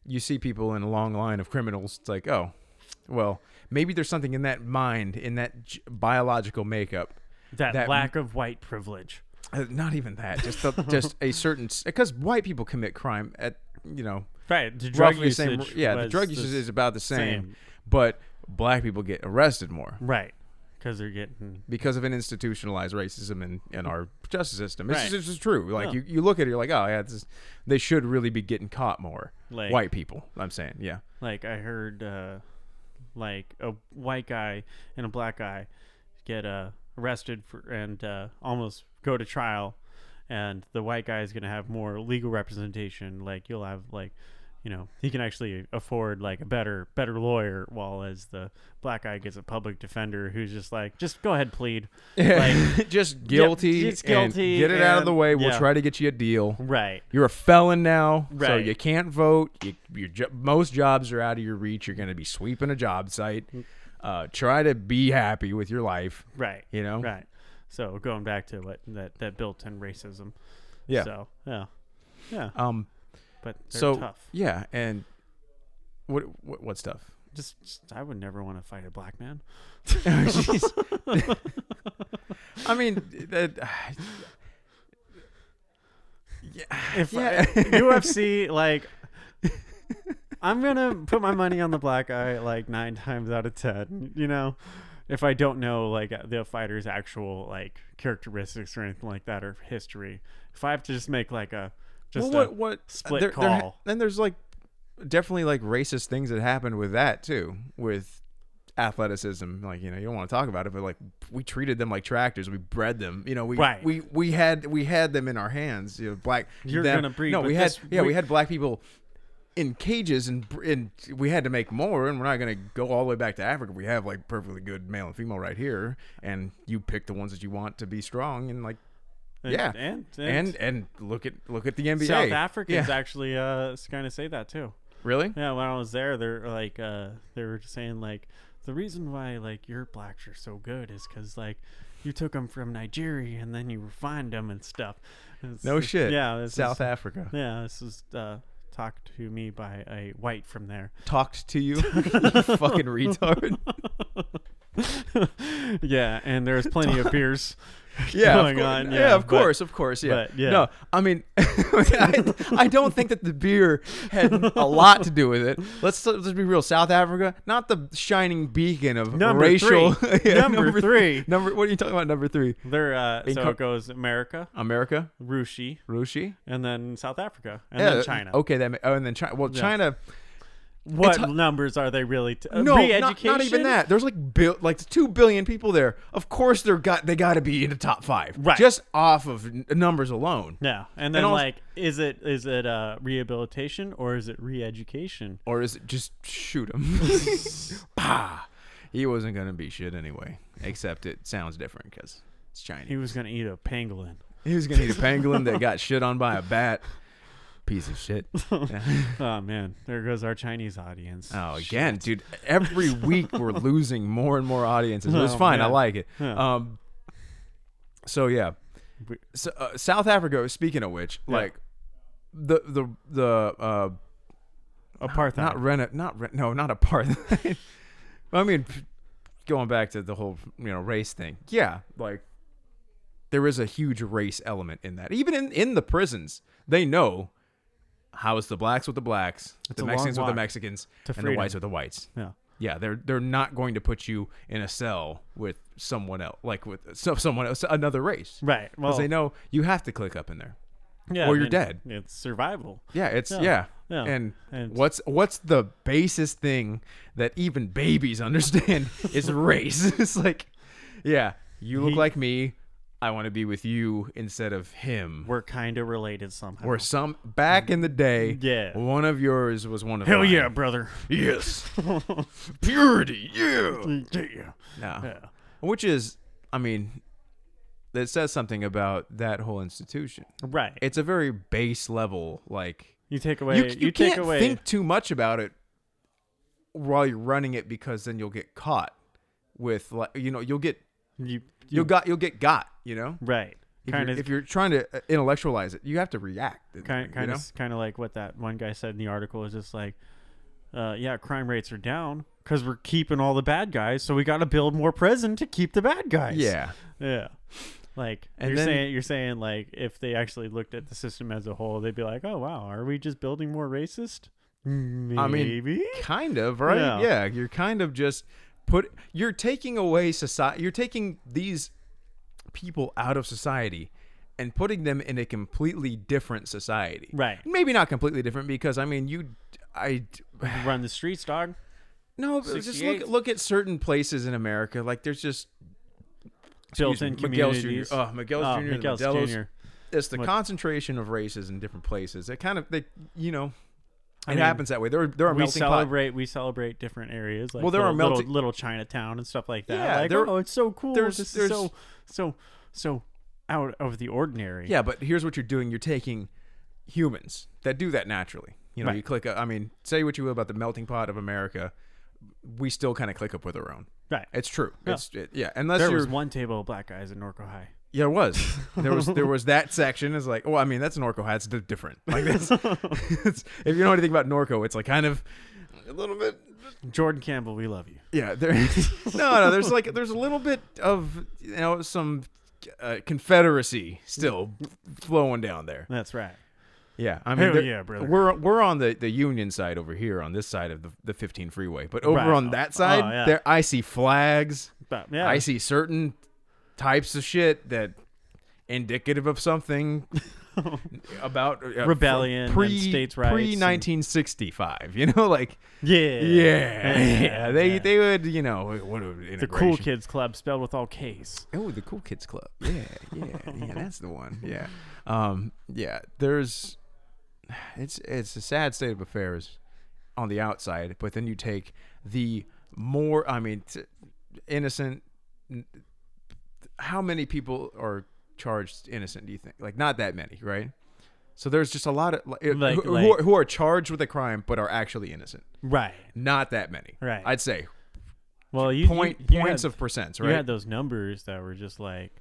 you see people in a long line of criminals. It's like, oh, well, maybe there's something in that mind, in that j- biological makeup.
That,
that-
lack of white privilege.
Uh, not even that, just the, just a certain because white people commit crime at you know
Right. The drug
roughly the
usage.
same. Yeah, the
was
drug usage is about the same,
same.
but black people get arrested more
Right. Because they're getting
because of an institutionalized racism in, in our justice system. This,
Right.
is, this is true. Like
Yeah.
you, you look at it, you're like, oh yeah, this is, they should really be getting caught more.
Like-
white people, I'm saying, yeah.
like I heard uh, like a white guy and a black guy get uh, arrested for and uh, almost go to trial, and the white guy is gonna have more legal representation. Like you'll have like you know he can actually afford like a better better lawyer, while as the black guy gets a public defender who's just like just go ahead plead.
Yeah.
Like,
just guilty.
just
and
guilty
get it out of the
and-
way. We'll
yeah.
try to get you a deal.
right.
You're a felon now, so
Right.
you can't vote. You, your jo- most jobs are out of your reach. You're going to be sweeping a job site.
Mm.
Uh, try to be happy with your life.
Right.
You know.
Right. So going back to what that that built-in racism.
Yeah.
So yeah. Yeah.
Um.
But they're
so
tough.
yeah, and what what, what stuff?
Just, just- I would never want to fight a black man.
Jeez. I mean, that,
If
Yeah.
I- UFC, like, I'm gonna put my money on the black guy like nine times out of ten. You know, if I don't know like the fighter's actual like characteristics or anything like that or history, if I have to just make like a just
well,
a-
what what
split
there- there ha-
call.
and there's like definitely like racist things that happened with that too, with athleticism. Like you know you don't want to talk about it, but like we treated them like tractors. We bred them. You know we
Right.
we we had we had them in our hands. You know black.
You're
them-
gonna breed
No, we
with
had
this-
yeah we
we-
had black people. In cages and br- and we had to make more, and we're not gonna go all the way back to Africa. We have like perfectly good male and female right here, and you pick the ones that you want to be strong and like
and,
yeah,
and and,
and and look at look at the NBA.
South Africans
Yeah.
actually uh kind of say that too.
Really?
Yeah, when I was there, they're like, uh, they were just saying like, the reason why like your blacks are so good is because like you took them from Nigeria and then you refined them and stuff. And it's-
No
it's-
shit.
Yeah, this
South
Is,
Africa
yeah, this is uh, talked to me by a white from there.
talked to you, you fucking retard.
yeah, and there's plenty of beers.
Yeah,
Going
of course.
on,
yeah,
Oh yeah,
of
but-
course, of course, yeah.
but, yeah.
No, I mean, I, I don't think that the beer had a lot to do with it. Let's let's be real. South Africa, not the shining beacon of
Number
racial.
three. Number three.
Number. What are you talking about? Number three.
There, uh, so
co-
it goes America,
America,
Rushi,
Rushi,
and then South Africa, and
Yeah,
then China.
Okay, that. ma- Oh, and then China. Well, China.
What
it's-
numbers are they really? T- uh,
No, not,
re-education?
not even that. There's like bil- like two billion people there. Of course, they're got they got to be in the top five,
Right.
Just off of n- numbers alone,
Yeah, and then
also-
like, is it is it uh, rehabilitation or is it re-education?
or is it just shoot him? bah, he wasn't gonna be shit anyway. Except it sounds different because it's
He
Chinese.
was gonna eat a pangolin.
He was gonna eat a pangolin that got shit on by a bat. Piece of shit.
Oh man, there goes our Chinese audience.
Oh, again, dude. Every week we're losing more and more audiences. It's
Oh,
fine. I
man.
like it.
Yeah.
Um, so yeah,
We-
so, uh, South Africa. Speaking of which,
Yeah.
like the the the uh,
apartheid.
not rena not re- no not apartheid. I mean, p- going back to the whole you know race thing. Yeah, like there is a huge race element in that. Even in in the prisons, they know How is the blacks with the blacks,
It's a
the
long
Mexicans with the
walk
Mexicans,
to
and the whites
freedom.
with the whites?
Yeah.
Yeah, they're they're not going to put you in a cell with someone else, like with so, someone else, another race,
Right. Well,
Because they know you have to click up in there.
yeah,
or you're dead.
It's survival.
Yeah, it's yeah.
Yeah, yeah,
And,
and-
what's what's the basis thing that even babies understand is race. it's like yeah, you look
He-
like me, I want to be with you instead of him.
We're kind of related somehow.
Or some back in the day,
Yeah.
one of yours was one of
Hell
mine.
yeah, brother.
yes, purity, yeah,
Yeah.
no,
Yeah.
which is, I mean, that says something about that whole institution.
Right.
It's a very base level, like
you take away.
you,
You,
you,
take
can't
away.
think too much about it while you're running it because then you'll get caught with like you know you'll get
you,
you'll got you'll get got you know
right.
if,
Kind
you're,
of.
if you're trying to uh, intellectualize it you have to react
Kind
you
kind
know?
of kind of like what that one guy said in the article is just like, uh, yeah, crime rates are down because we're keeping all the bad guys, so we got to build more prison to keep the bad guys.
yeah
Yeah. Like
And
you're
then-
saying you're saying like if they actually looked at the system as a whole, they'd be like, "Oh wow, are we just building more racist?" Maybe.
I mean, kind of right
Yeah.
yeah you're kind of just put you're taking away society you're taking these people out of society and putting them in a completely different society
Right.
maybe not completely different because i mean you i
run the streets, dog.
No, but just look
68.
look at certain places in America. Like there's just
Built in
Excuse me, Miguel's
communities.
Jr. Oh, Miguel's
Oh,
Jr. the
Miguel's
Modelos.
Jr..
It's the
What-
concentration of races in different places. It kind of they you know it
mean,
happens that way. There are there are
We
melting pot-
celebrate we celebrate different areas like
Well, there are
little, little-
melting-
little Chinatown and stuff like that.
Yeah,
like,
there-
oh, it's so cool.
there's-
this
there's-
is so so so out of the ordinary.
Yeah, but here's what you're doing: you're taking humans that do that naturally. You know,
Right.
you click. Up, I mean, say what you will about the melting pot of America, we still kind of click up with our own.
Right.
It's true. It's it, yeah. Unless
there
you're
was one table of black guys in Norco High.
Yeah, it was. There was there was that section is like, well, I mean, that's Norco hat. It's di- different. Like that's, it's, if you know anything about Norco, it's like kind of a little bit.
Jordan Campbell, we love you.
Yeah, there. no, no. There's like there's a little bit of you know some uh, Confederacy still flowing down there.
That's right.
Yeah, I mean,
Hell
there-
yeah, brother.
We're we're on the, the Union side over here on this side of the, the 15 freeway, but over
Right.
on that
Oh,
side,
yeah.
there I see flags.
But yeah,
I see certain types of shit that indicative of something about uh,
Rebellion and
pre
states' rights
pre
and-
1965. You know, like
yeah,
yeah, yeah, they
yeah.
they would you know what a
the cool
integration.
kids club spelled with all K's.
Oh, the cool kids club. Yeah, yeah, yeah. That's the one. Yeah, um, yeah. There's, it's it's a sad state of affairs on the outside, but then you take the more. I mean, t- innocent. n- How many people are charged innocent? Do you think? Like, not that many, right? So there's just a lot of like,
Like-
who, who
like-
are, who are charged with a crime but are actually innocent.
Right.
Not that many,
Right.
I'd say
Well, you
point
you, you
points
had,
of percents,
you
right?
had those numbers that were just like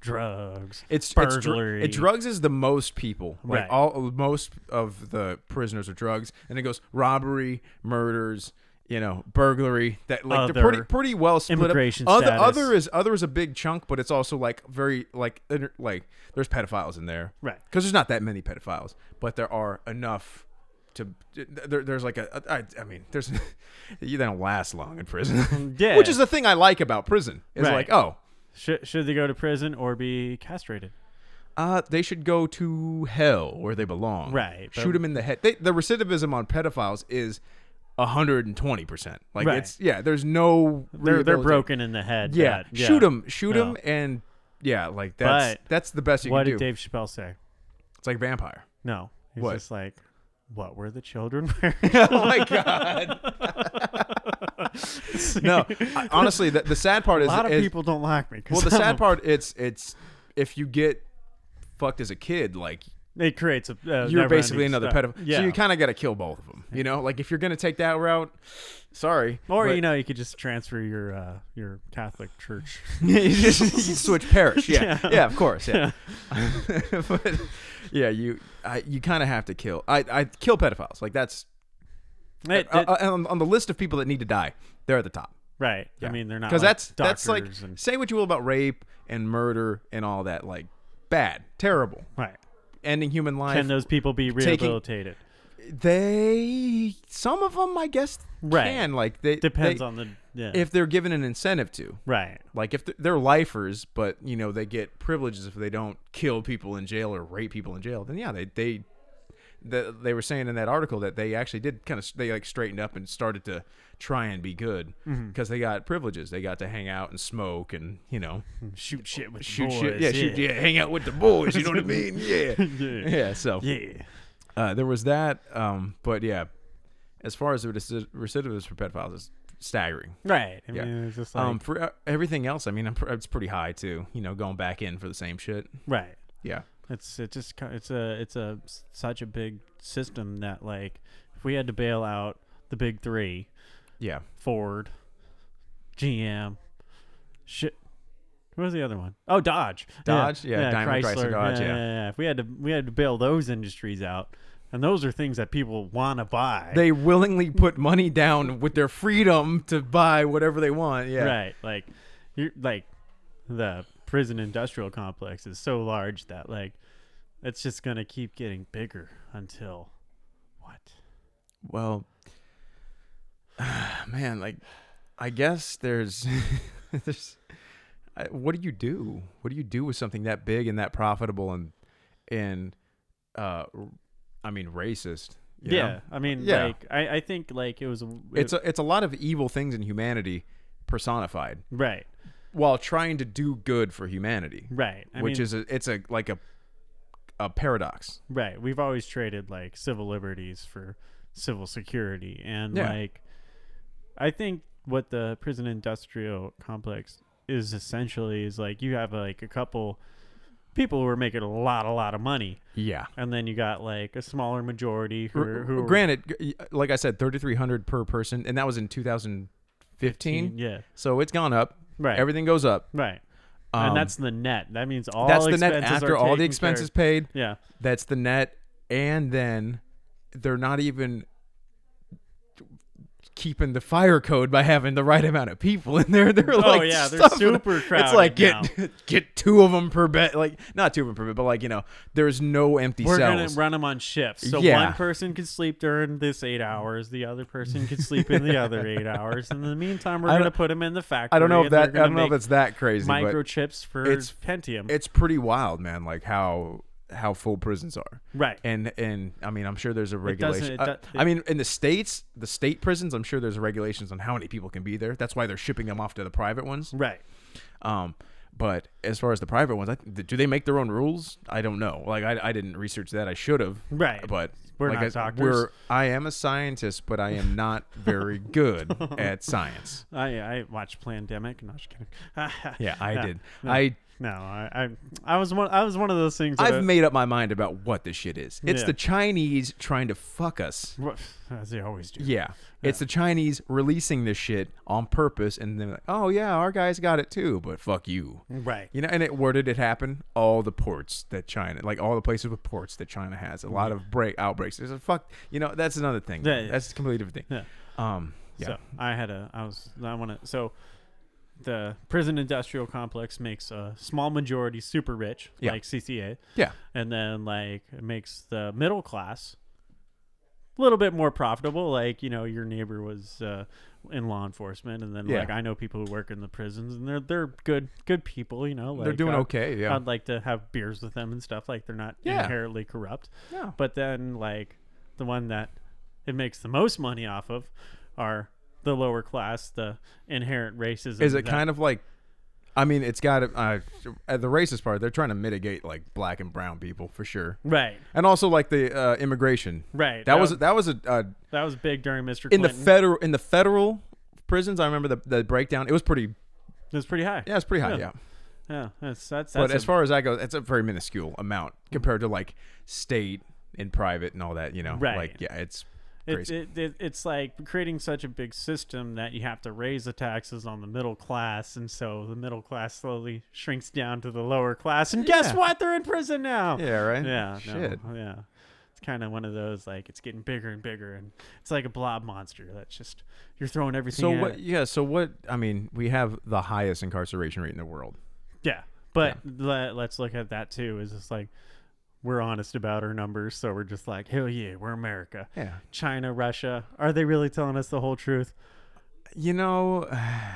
drugs.
It's it's dr-
burglary.
it drugs is the most people. Like
Right.
all most of the prisoners are drugs, and it goes robbery, murders, you know, burglary. That like
Other.
they're pretty pretty well split.
Immigration
up. Other
status.
other is other is a big chunk, but it's also like very like inter- like there's pedophiles in there,
Right.
Because there's not that many pedophiles, but there are enough. To, there, there's like a I, I mean there's you don't last long in prison
Yeah.
which is the thing I like about prison is
Right.
like oh
Should should they go to prison or be castrated?
Uh, they should go to hell where they belong.
Right, but-
Shoot them in the head. They, the recidivism on pedophiles is 120%. Like,
Right.
it's, yeah, there's no.
They're they're
rehabilita-
broken in the head.
Yeah.
but-
Shoot 'em. Shoot 'em Shoot
No.
them. And, yeah, like, that's
But
that's the best you
What
can
did
do.
Dave Chappelle say?
it's like vampire.
No, he's
What?
just like, what were the children wearing?
oh, my God. no. I- honestly, the, the sad part
A
is.
lot of
is-
people don't like me. 'cause
Well, the
I'm-
sad part, it's, it's if you get fucked as a kid, like,
it creates a. Uh,
you're basically another
pedophile.
pedophile.
Yeah.
So you kind of got to kill both of them. You know, like if you're gonna take that route, sorry.
or
but-
you know, you could just transfer your uh, your Catholic church.
you just you switch parish. Yeah. yeah,
Yeah.
of course. Yeah, but yeah, you I, you kind of have to kill. I I kill pedophiles. Like that's
It-
uh,
it-
uh, on, on the list of people that need to die. They're at the top.
right.
Yeah.
I mean, they're not
because
like
that's that's like
doctors and,
say what you will about rape and murder and all that. Like bad, terrible,
right.
ending human life.
Can those people be
taking-
rehabilitated?
They some of them, I guess,
Right.
can like they
Depends
they-
on the yeah.
if they're given an incentive to.
right.
Like if they're, they're lifers, but you know they get privileges if they don't kill people in jail or rape people in jail, then yeah, they they the, they were saying in that article that they actually did kind of they like straightened up and started to try and be good
Mm-hmm.
because they got privileges. They got to hang out and smoke and you know
Shoot shit with the
shoot
boys.
shit, yeah, shoot, yeah, hang out with the boys. You know what I mean? Yeah,
Yeah.
yeah. So
Yeah.
uh, there was that, um, but yeah, as far as the reci- recidivism for pedophiles, it's staggering.
Right. I
Yeah.
mean, it's just like
Um, for uh, everything else, I mean, I'm pr- it's pretty high too. You know, going back in for the same shit.
right.
Yeah,
It's it just ki- it's a it's a s- such a big system that like if we had to bail out the big three
yeah.
Ford, GM, shit. What was the other one? Oh, Dodge.
Dodge? Yeah, Daimler, Chrysler, Dodge, yeah.
If we had to we had to bail those industries out, and those are things that people want to buy.
They willingly put money down with their freedom to buy whatever they want. Yeah,
Right. Like you're like the prison industrial complex is so large that like it's just gonna keep getting bigger until what?
Well, man, like, I guess there's, there's, I, what do you do? What do you do with something that big and that profitable and and, uh, r- I mean, racist? you know?
Yeah. I mean
Yeah.
like I, I think like it was a-
it's a, it's a lot of evil things in humanity personified
right.
while trying to do good for humanity,
Right. I
which
mean,
is a, it's a like a, a paradox.
right. We've always traded like civil liberties for civil security and
Yeah.
like I think what the prison industrial complex is essentially is like you have like a couple people who are making a lot a lot of money
Yeah.
and then you got like a smaller majority who are, who are
Granted, g- like I said, thirty three hundred per person, and that was in two thousand fifteen.
yeah,
So it's gone up.
Right.
Everything goes up.
right.
Um,
and that's the net. That means all
that's the net
expenses
after
are
all
taken
the expenses
Care.
paid.
of. Yeah,
That's the net, and then they're not even keeping the fire code by having the right amount of people in there. They're like,
Oh, yeah, they're
stuffing-
super
It's
crowded
like
now.
get get two of them per bed. Like not two of them per bed, but like you know, there's no empty
we're
cells.
gonna run them on shifts. So
Yeah.
one person can sleep during this eight hours, the other person can sleep in the other eight hours. In the meantime, we're
I don't-
gonna put them in the factory.
I don't know if
and they're
that. I
gonna
don't know if
make
it's that crazy, but
microchips for
it's-
Pentium.
it's pretty wild, man. Like how how full prisons are.
right.
and and I mean, I'm sure there's a
doesn't-
regulation.
it
I-
do- it-
I mean, in the states, the state prisons, I'm sure there's regulations on how many people can be there. That's why they're shipping them off to the private ones.
right.
Um, but as far as the private ones, I, th- do they make their own rules? I don't know. Like, I, I didn't research that. I should have.
Right.
But
We're
like
not
I,
doctors.
We're, I am a scientist, but I am not very good at science.
I I watched Plandemic. No, I'm just kidding.
Yeah, I did.
no.
I
No, I, I I was one I was one of those things. That I-
I've made up my mind about what this shit is. It's
Yeah.
the Chinese trying to fuck us.
as they always do.
Yeah. It's the Chinese releasing this shit on purpose and then like, oh yeah, our guys got it too, but fuck you.
Right.
You know, and it where did it happen? All the ports that China like all the places with ports that China has. A lot of break outbreaks. There's a fuck you know, that's another thing.
Yeah, yeah.
That's a completely different thing.
Yeah.
Um yeah.
So I had a I was I want to so the prison industrial complex makes a small majority super rich
Yeah.
like CCA
yeah.
and then like it makes the middle class a little bit more profitable like you know your neighbor was uh, in law enforcement and then
Yeah.
like I know people who work in the prisons and they're they're good good people you know like,
They're doing
uh,
okay, yeah.
I'd like to have beers with them and stuff like they're not
Yeah.
inherently corrupt
No.
but then like the one that it makes the most money off of are the lower class, the inherent racism.
Is it kind of like I mean, it's got to uh, at the racist part. They're trying to mitigate like black and brown people for sure,
of right?
and also like the uh, immigration.
Right.
That was that was a uh,
that was big during Mr.
in the
Clinton.
federal in the federal prisons. I remember the, the breakdown. It was pretty.
it was pretty high.
Yeah, it's pretty high. Yeah.
Yeah. yeah. That's that's, that's
But as
a-
far as I go, it's a very minuscule amount compared to like state and private and all that. You know,
Right.
Like yeah, it's
it,
crazy.
it, it, it's like creating such a big system that you have to raise the taxes on the middle class, and so the middle class slowly shrinks down to the lower class. And guess
Yeah.
what? They're in prison now.
yeah. Right.
Yeah,
Shit.
No, yeah. It's kind of one of those like it's getting bigger and bigger and it's like a blob monster that's just you're throwing everything
So
at
what?
it.
Yeah. So what? I mean, we have the highest incarceration rate in the world.
Yeah. But Let, let's look at that too is it's like we're honest about our numbers, so we're just like, hell yeah, we're America.
Yeah.
China, Russia, are they really telling us the whole truth?
You know,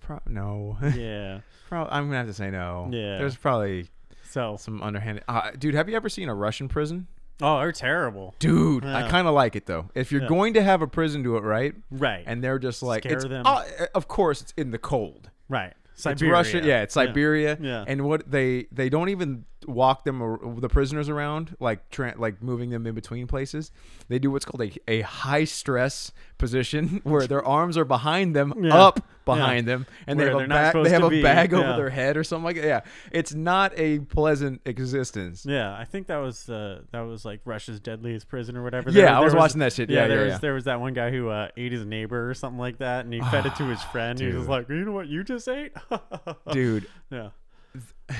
pro- no.
Yeah.
Pro- I'm gonna have to say no.
Yeah.
There's probably
So,
some underhanded. Uh, dude, have you ever seen a Russian prison?
oh, they're terrible.
Dude, I
Yeah.
kind of like it though. If you're
Yeah.
going to have a prison, do it right.
Right.
And they're just like,
Scare
it's,
them.
uh, of course, it's in the cold.
right.
It's Russia, yeah, it's Siberia,
Yeah.
and what they they don't even walk them ar- the prisoners around like tra- like moving them in between places. They do what's called a, a high stress position where their arms are behind them,
Yeah.
up behind them, and
Where
they have a
they're not
bag they
supposed
have
to
a
be,
bag over
yeah.
their head or something like that. Yeah, it's not a pleasant existence.
Yeah, I think that was uh, that was like Russia's deadliest prison or whatever.
Yeah, I was watching that shit. Yeah,
there
yeah,
was
yeah.
there was that one guy who uh, ate his neighbor or something like that, and he fed it to his friend. He was
dude.
like, "You know what you just ate?"
Dude,
yeah,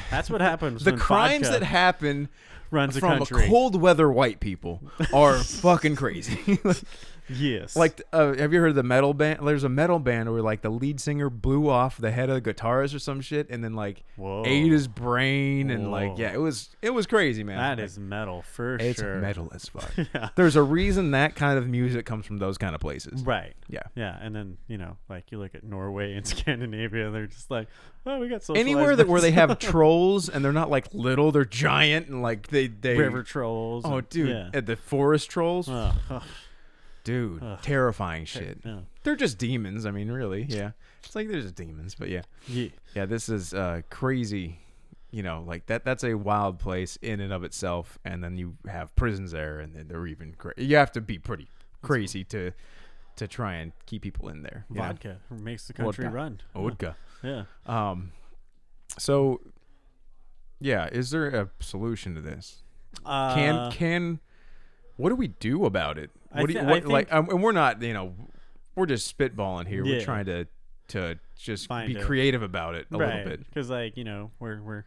that's what happens.
the
when
crimes
vodka
that happen
runs a
from
country.
cold weather white people are fucking crazy. Like,
yes,
Like, uh, have you heard of the metal band? There's a metal band where like the lead singer blew off the head of the guitarist or some shit, and then like
Whoa.
ate his brain, and like
Whoa.
yeah, it was it was crazy, man.
that
Like,
is metal for
it's
sure.
metal as fuck.
Yeah.
There's a reason that kind of music comes from those kind of places.
Right.
Yeah.
Yeah. And then, you know, like you look at Norway and Scandinavia, they're just like, oh, we got socialized
Anywhere that where they
medicine."
have trolls and they're not like little, they're giant and like they they
river trolls.
Oh,
and-
dude,
Yeah.
and the forest trolls,
Oh, oh,
dude, terrifying shit.
yeah.
They're just demons. I mean, really, yeah. It's like they're just demons, but yeah.
Ye-
Yeah, this is uh, crazy. You know, like that. That's a wild place in and of itself. And then you have prisons there, and then they're even. Cra- you have to be pretty crazy to to try and keep people in there. you know?
Vodka makes the country
Vodka.
run.
Vodka.
Yeah.
Um. So, yeah, is there a solution to this?
Uh,
Can can what do we do about it?
I
What do you
thi- I
what, like? Um, and we're not. You know, we're just spitballing here. We're
Yeah.
trying to to just
Find
be
a-
creative about it a little bit.
Because, like, you know, we're, we're,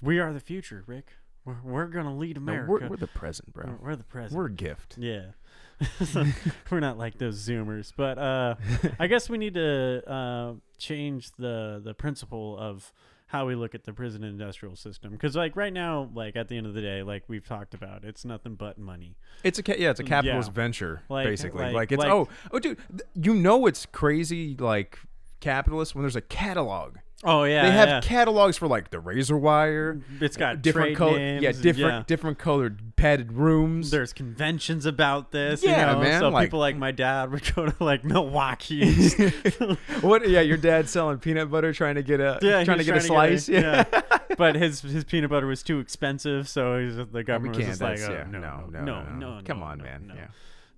we are the future, Rick. We're, we're going to lead
No,
America.
we're, we're the present, bro.
We're- we're the president.
We're a gift.
Yeah. We're not like those zoomers, but uh, I guess we need to uh, change the the principle of how we look at the prison industrial system because like right now like at the end of the day like we've talked about it's nothing but money
It's a ca- yeah, it's a capitalist
Yeah.
venture
Like-
basically. Like,
like-
it's
like-
oh oh dude, th- you know it's crazy like capitalist when there's a catalog.
oh yeah
they have catalogs for like the razor wire.
it's got
Different
different
color,
names,
yeah,
and-
different
yeah.
different colored padded rooms.
there's conventions about this
Yeah,
you know?
man,
so
like-
people like my dad would go to like milwaukee and just-
what? Yeah, your dad's selling peanut butter, trying to get a
yeah, he
trying to
was
get a slice.
get a- yeah. but his his peanut butter was too expensive, so he's, the
Oh, we
government was
can't.
just like,
that's-
oh,
yeah,
no, no, no, no, no,
Come on,
no,
man.
no,
Yeah.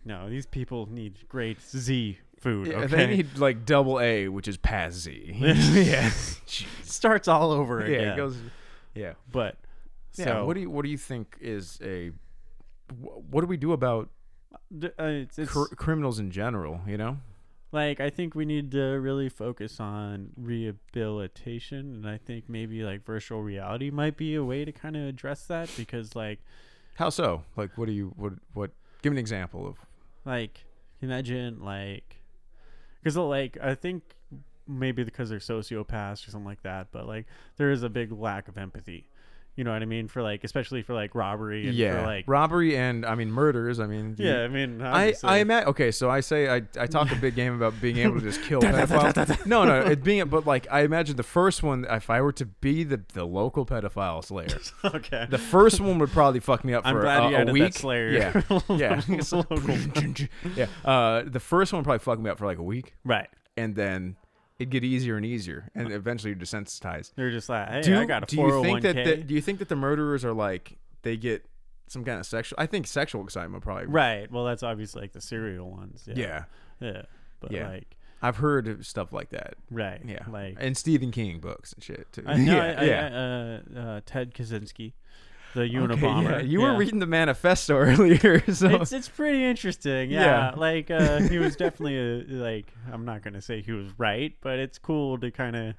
no, these people need great Z food.
Yeah,
okay,
They need like double A, which is Paz Z. yeah, Jeez.
starts all over
yeah,
again.
it goes. Yeah.
but
Yeah.
so
what do you What do you think is a wh- What do we do about
d- uh, it's, it's
cr- criminals in general? You know,
like I think we need to really focus on rehabilitation, and I think maybe like virtual reality might be a way to kind of address that because like
how so? Like, what do you what what? Give me an example of.
like imagine like because like i think maybe because they're sociopaths or something like that but like there is a big lack of empathy you know what i mean for like especially for like robbery and
Yeah,
for like
robbery and I mean murders. I mean, you-
yeah i mean
I,
obviously.
I am at, okay, so I say I, I talk a big game about being able to just kill pedophiles. no, no, it being but like I imagine the first one, if I were to be the, the local pedophile slayer,
okay
the first one would probably fuck me up
I'm
for
glad
a,
you
a
added that
week.
slayer.
Yeah, yeah, It's like-
Local.
yeah. Uh, the first one would probably fuck me up for like a week,
right
and then it'd get easier and easier, and eventually you're desensitized.
they're just like hey
do,
i got a
do
401k
you think that the, do you think that the murderers are like they get some kind of sexual? I think sexual excitement probably.
right well that's obviously like the serial ones yeah
Yeah,
yeah but
Yeah.
like
I've heard of stuff like that.
right
Yeah,
like
and Stephen King books and shit too.
I, no,
yeah,
I,
yeah.
I, uh, uh, Ted Kaczynski, the
Okay, yeah.
Unabomber.
You
Yeah.
were reading the manifesto earlier, so
It's it's pretty interesting. Yeah,
Yeah.
like uh, he was definitely a, like I'm not gonna say he was right, but it's cool to kind of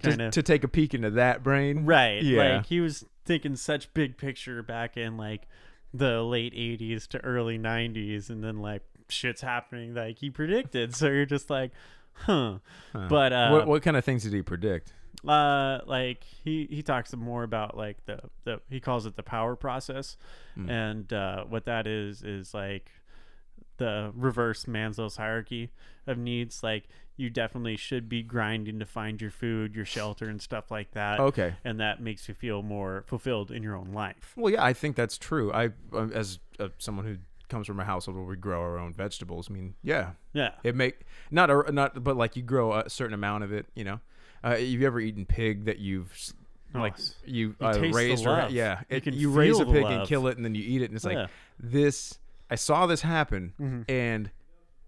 just
kind of
to take a peek into that brain.
right.
Yeah.
Like he was thinking such big picture back in like the late '80s to early '90s, and then like shit's happening like he predicted. So you're just like, huh. But uh,
what what kind of things did he predict?
uh like he he talks more about like the the he calls it the power process
Hmm.
and uh what that is is like the reverse Maslow's hierarchy of needs like you definitely should be grinding to find your food your shelter and stuff like that
Okay.
and that makes you feel more fulfilled in your own life
Well, yeah, I think that's true. I, um, as uh, someone who comes from a household where we grow our own vegetables, I mean, yeah,
yeah
it make not a not, but like you grow a certain amount of it. You know, uh, you ever eaten pig that you've s-
Oh,
like
s-
you,
you
uh,
taste the
raised? or-
love.
yeah,
You
it-
can
you raise a
feel the
pig and
love.
kill it, and then you eat it, and it's
Yeah. Mm-hmm.
like this. I saw this happen, and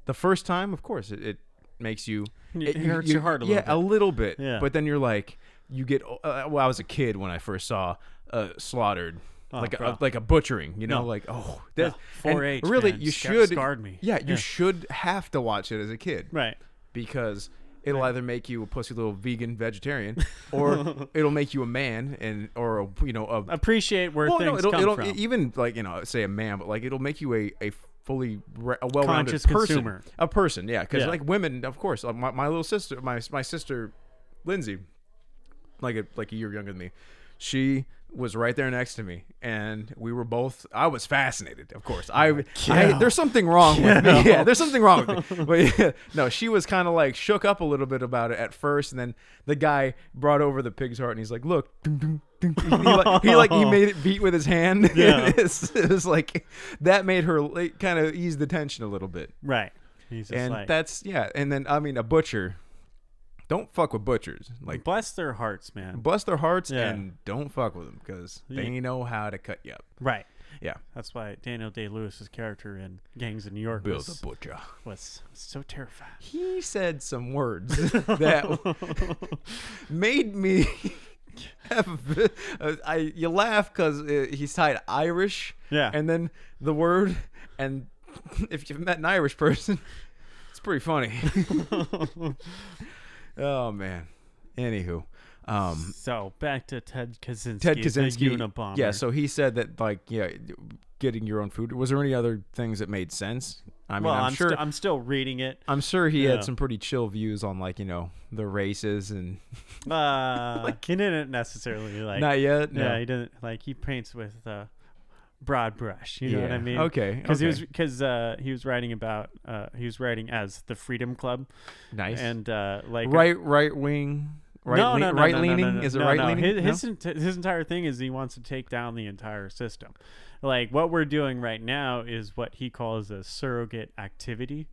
the first time, of course, it, it makes you.
It hurts your heart a
yeah,
little bit.
a little bit.
Yeah.
But then you're like, you get. Uh, well, I was a kid when I first saw uh, slaughtered, like
Oh, bro.
a, like a butchering. You know,
No.
like oh, this.
Yeah,
and
4-H,
Really,
man,
you
scar-
should.
scarred me.
Yeah, you
Yeah.
should have to watch it as a kid
right
because it'll either make you a pussy little vegan vegetarian, or it'll make you a man and or a, you know a
appreciate where things
it'll,
come
it'll
from
even like you know say a man, but like it'll make you a a fully re- a well-rounded
Conscious
person,
consumer.
a person, yeah. Because
Yeah.
like women, of course, like my, my little sister, my my sister, Lindsay, like a, like a year younger than me, she was right there next to me, and we were both. I was fascinated, of course. I, I there's something wrong with me. Yeah, there's something wrong with me. But yeah, no, she was kind of like shook up a little bit about it at first, and then the guy brought over the pig's heart, and he's like, "Look." dun, dun, dun." He, like, he like he made it beat with his hand.
Yeah.
it's, it was like that made her like, kind of ease the tension a little bit.
right he's just
and
like
that's yeah. And then I mean a butcher, don't fuck with butchers. Like
bless their hearts man
bust their hearts
Yeah.
and don't fuck with them because they know how to cut you up.
right
Yeah.
That's why Daniel Day Lewis's character in Gangs of New York
Bill
was,
the butcher.
was so terrifying.
He said some words that made me. Have, uh, I you laugh because uh, he's tied Irish.
Yeah.
And then the word and if you've met an Irish person, it's pretty funny. oh man. Anywho, um,
So back to Ted Kaczynski.
Ted
the
Kaczynski,
Unabomber.
yeah. So he said that like yeah, getting your own food. Was there any other things that made sense? I mean,
well,
I'm,
I'm,
sure.
st- I'm still reading it.
I'm sure he
Yeah.
had some pretty chill views on like you know the races and
Uh, he didn't necessarily like.
not yet. No.
Yeah, he didn't like. He paints with uh, broad brush. You know what I
Yeah.
mean?
Okay,
Because he was
okay.
because uh, he was writing about uh, he was writing as the Freedom Club
nice.
and uh, like
right, right wing, right,
no,
lean-
no, no,
right
no, no,
leaning.
No, no,
Is it
no,
right
no.
leaning?
His, his, ent- his entire thing is he wants to take down the entire system. Like what we're doing right now is what he calls a surrogate activity.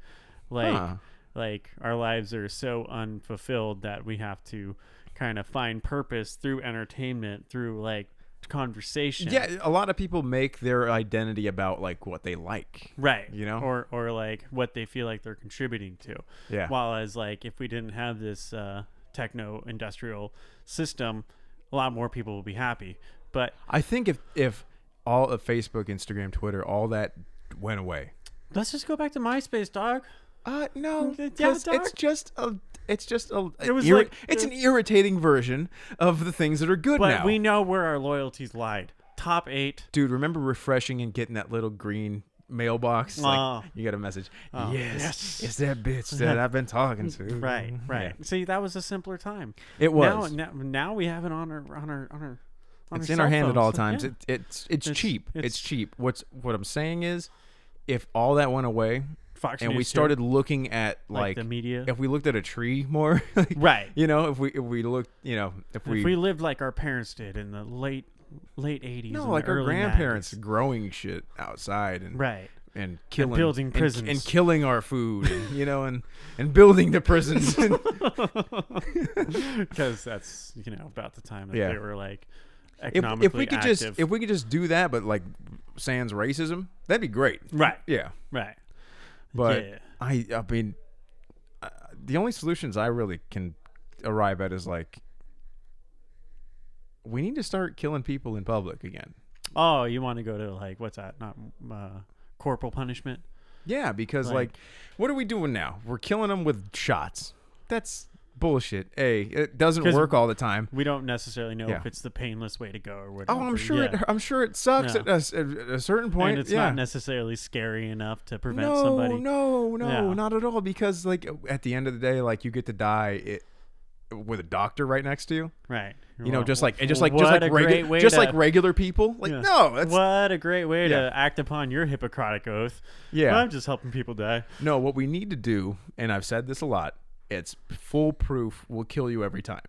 Like
Huh.
like our lives are so unfulfilled that we have to kind of find purpose through entertainment, through like conversation.
yeah, a lot of people make their identity about like what they like.
Right.
You know?
Or or like what they feel like they're contributing to.
Yeah.
While as like if we didn't have this uh techno industrial system, a lot more people would be happy. But
I think if if all of Facebook, Instagram, Twitter, all that went away,
let's just go back to MySpace, dog.
Uh no,
Yeah,
'cause
dog.
it's just a it's just a
It was
irri-
like-
it's an irritating version of the things that are good
But
now.
we know where our loyalties lied. Top eight.
Dude, remember refreshing and getting that little green mailbox? Like,
Oh.
you got a message. yes,
yes.
it's that bitch that I've been talking to.
Right, right. See, that was a simpler time.
It Mm-hmm. was.
Now, now, now we have it on our on our on our. On
it's
our
in our
cell
hand at
phones.
all times.
Yeah.
It, it's it's
It's-
cheap. It's,
it's-
cheap. What's what I'm saying is, if all that went away,
Fox
and we
News too,
started looking at like,
the media.
if we looked at a tree more, like,
Right.
You know, if we if we looked, you know,
if we lived like our parents did in the late late eighties.
No, like our grandparents growing shit outside and
Right.
and killing
building
and-
prisons.
and, killing our food, and, you know, and and building the prisons.
Because that's you know about the time that
Yeah.
they were like
if,
economically
if we could
active.
just if we could just do that, but like sans racism, that'd be great.
right,
Yeah,
right,
but
Yeah.
I I mean, uh, the only solutions I really can arrive at is like we need to start killing people in public again.
oh, you want to go to like what's that? Not uh, corporal punishment.
Yeah, because
Like-
like, what are we doing now? We're killing them with shots. That's bullshit. A, it doesn't
'Cause-
work all the time.
We don't necessarily know
Yeah.
if it's the painless way to go or whatever.
Oh, I'm sure.
yeah.
It, I'm sure it sucks
No.
at, a, s- at a certain point.
and it's
yeah.
not necessarily scary enough to prevent
no,
somebody.
no, no,
Yeah.
not at all. Because like at the end of the day, like you get to die. It with a doctor right next to you.
Right.
You know,
Well,
just like
well,
just like just
what
like
a
regular
great way
just
to-
like regular people. Like
Yeah.
no, that's
what a great way
Yeah.
to act upon your Hippocratic oath.
Yeah.
I'm just helping people die.
no. What we need to do, and I've said this a lot, it's foolproof. Will kill you every time.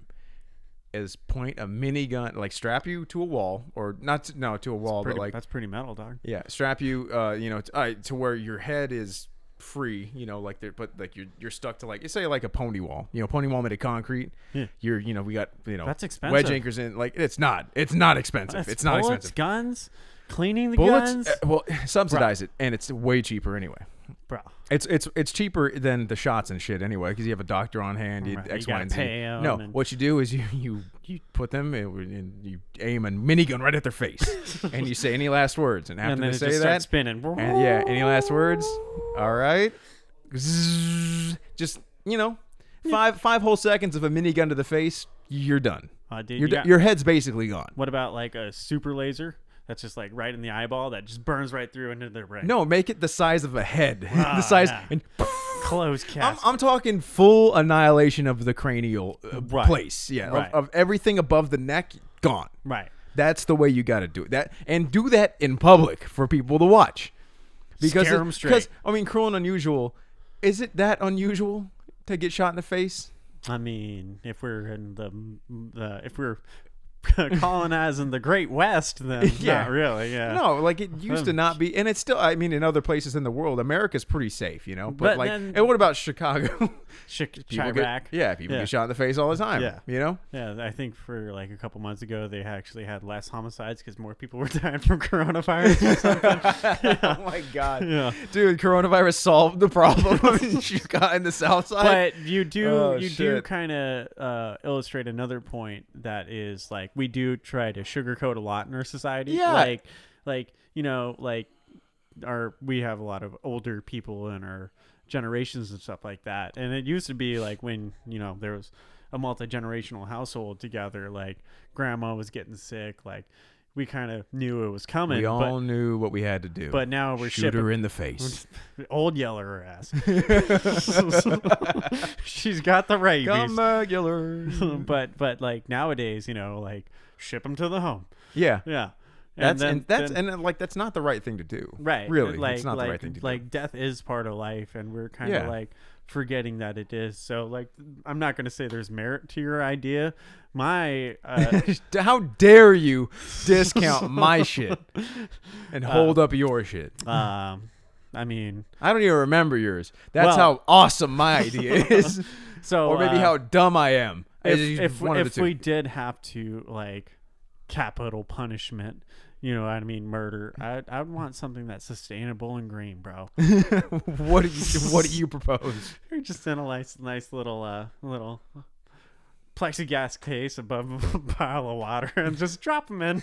Is point a minigun like strap you to a wall or not? To, no, to a wall,
Pretty,
but like
that's pretty metal, dog.
Yeah, strap you, uh, you know, t- uh, to where your head is free, you know, like there, but like you're you're stuck to like say like a pony wall, you know, pony wall made of concrete.
Yeah.
You're, you know, we got you know
That's
wedge
expensive.
anchors in. Like it's not, it's not expensive. it's not
bullets,
expensive.
Guns, cleaning the guns,
uh, well, subsidize it, and it's way cheaper anyway.
bro.
It's it's it's cheaper than the shots and shit anyway because you have a doctor on hand. You
Right,
X,
you
Y,
gotta
and Z.
pay 'em
no,
and-
what you do is you you you put them and, and you aim a minigun right at their face, and you say any last words, and after
And then
they
it
say
just
that,
starts spinning.
and yeah, any last words? All right. Zzzz. Just you know, five five whole seconds of a minigun to the face, you're done.
Uh, dude,
Your
you got-
your head's basically gone.
What about like a super laser that's just like right in the eyeball that just burns right through into their brain?
No, make it the size of a head.
Wow,
the size.
yeah.
And
close
I'm,
cast.
I'm talking full annihilation of the cranial uh,
Right.
place. Yeah, of-
Right.
of, everything above the neck, gone.
right.
That's the way you got to do it. That and do that in public for people to watch.
Scare
it-
'em straight.
because, I mean, cruel and unusual. Is it that unusual to get shot in the face?
I mean, if we're in the, the if we're colonizing the Great West, then
Yeah.
not really. Yeah.
No, like it used to not be, and it's still. I mean, in other places in the world, America's pretty safe, you know. But,
But
like,
then-
and what about Chicago?
Chi-
People get-
Chirac.
yeah, people
Yeah.
get shot in the face all the time.
Yeah.
you know.
Yeah, I think for like a couple months ago, they actually had less homicides because more people were dying from coronavirus. or something.
Oh my god,
Yeah.
dude, coronavirus solved the problem in Chicago in the South Side.
but you do
Oh,
you do
shit.
kind of uh, illustrate another point that is like we do try to sugarcoat a lot in our society.
Yeah.
like like you know like our we have a lot of older people in our generations and stuff like that. And it used to be like when you know there was a multi generational household together, like grandma was getting sick, like. We kind of knew it was coming,
we all
but
knew what we had to do.
but now we're
shoot
shipping
her in the face.
old yeller her ass. She's got the rabies.
Come, uh, Giller.
but but like nowadays, you know, like ship them to the home.
yeah,
Yeah,
that's and,
then-
that's
then-
and uh, like that's not the right thing to do.
right.
Really,
like,
it's not
like,
the right thing to do.
Like death is part of life, and we're kind of
Yeah.
like forgetting that it is. So like, I'm not gonna say there's merit to your idea. My uh,
How dare you discount my shit and
Uh,
hold up your shit?
um, I mean,
I don't even remember yours. That's
well-
how awesome my idea is,
so
or maybe
uh,
how dumb I am.
if
It's
if,
one of
if
the two.
we did have to like capital punishment you know what i mean murder i i would want something that's sustainable and green bro
what do you what do you propose?
you're just in a nice nice little uh little plexiglass case above a pile of water and just drop them in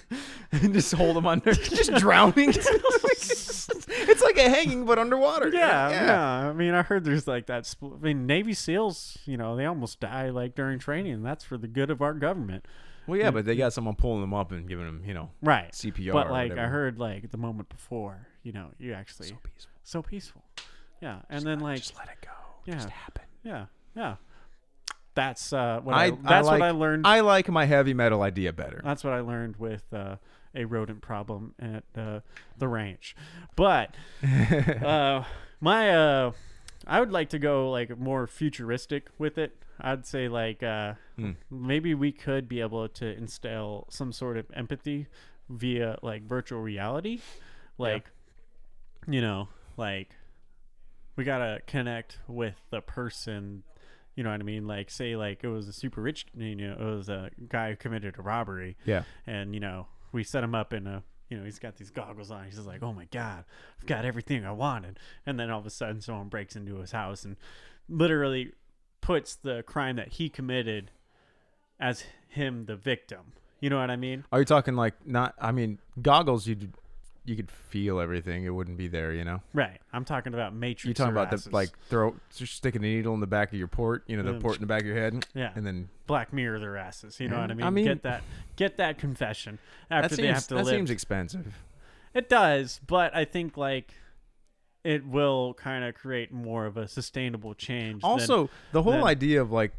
and just hold them under, just drowning. it's like a hanging but underwater.
yeah, yeah i mean i heard there's like that spl- i mean navy seals you know they almost die like during training that's for the good of our government
Well, yeah, but they got someone pulling them up and giving them, you know,
right
CPR.
but
or
like i
whatever.
heard like the moment before you know you actually
Peaceful.
so peaceful. Yeah, and then like
just let it go.
Yeah.
Just happen.
yeah, yeah. That's uh what I,
I,
that's
I like,
what I learned.
I like my heavy metal idea better.
that's what I learned with uh, a rodent problem at uh, the ranch. But uh, my uh, I would like to go like more futuristic with it. I'd say like uh, maybe we could be able to instill some sort of empathy via like virtual reality, like you know, like we gotta connect with the person. You know what I mean? Like, say, like it was a super rich, you know, it was a guy who committed a robbery
yeah.
and you know we set him up in a you know he's got these goggles on he's just like oh my god i've got everything i wanted and then all of a sudden someone breaks into his house and literally puts the crime that he committed as him the victim you know what i mean
Are you talking like not? I mean, goggles. You you could feel everything. It wouldn't be there. You know.
right i'm talking about
You're
matrix
talking about
harasses.
the like throw just sticking a needle in the back of your port. You know, the
Yeah.
port in the back of your head.
Mm. Yeah.
And then
black mirror their asses you know what i
Mm-hmm. I
mean?
mean-
get that get that confession
that
after they
seems
have to
that
live
seems expensive.
It does, but I think like it will kind of create more of a sustainable change. than-
Also, the whole
then-
idea of like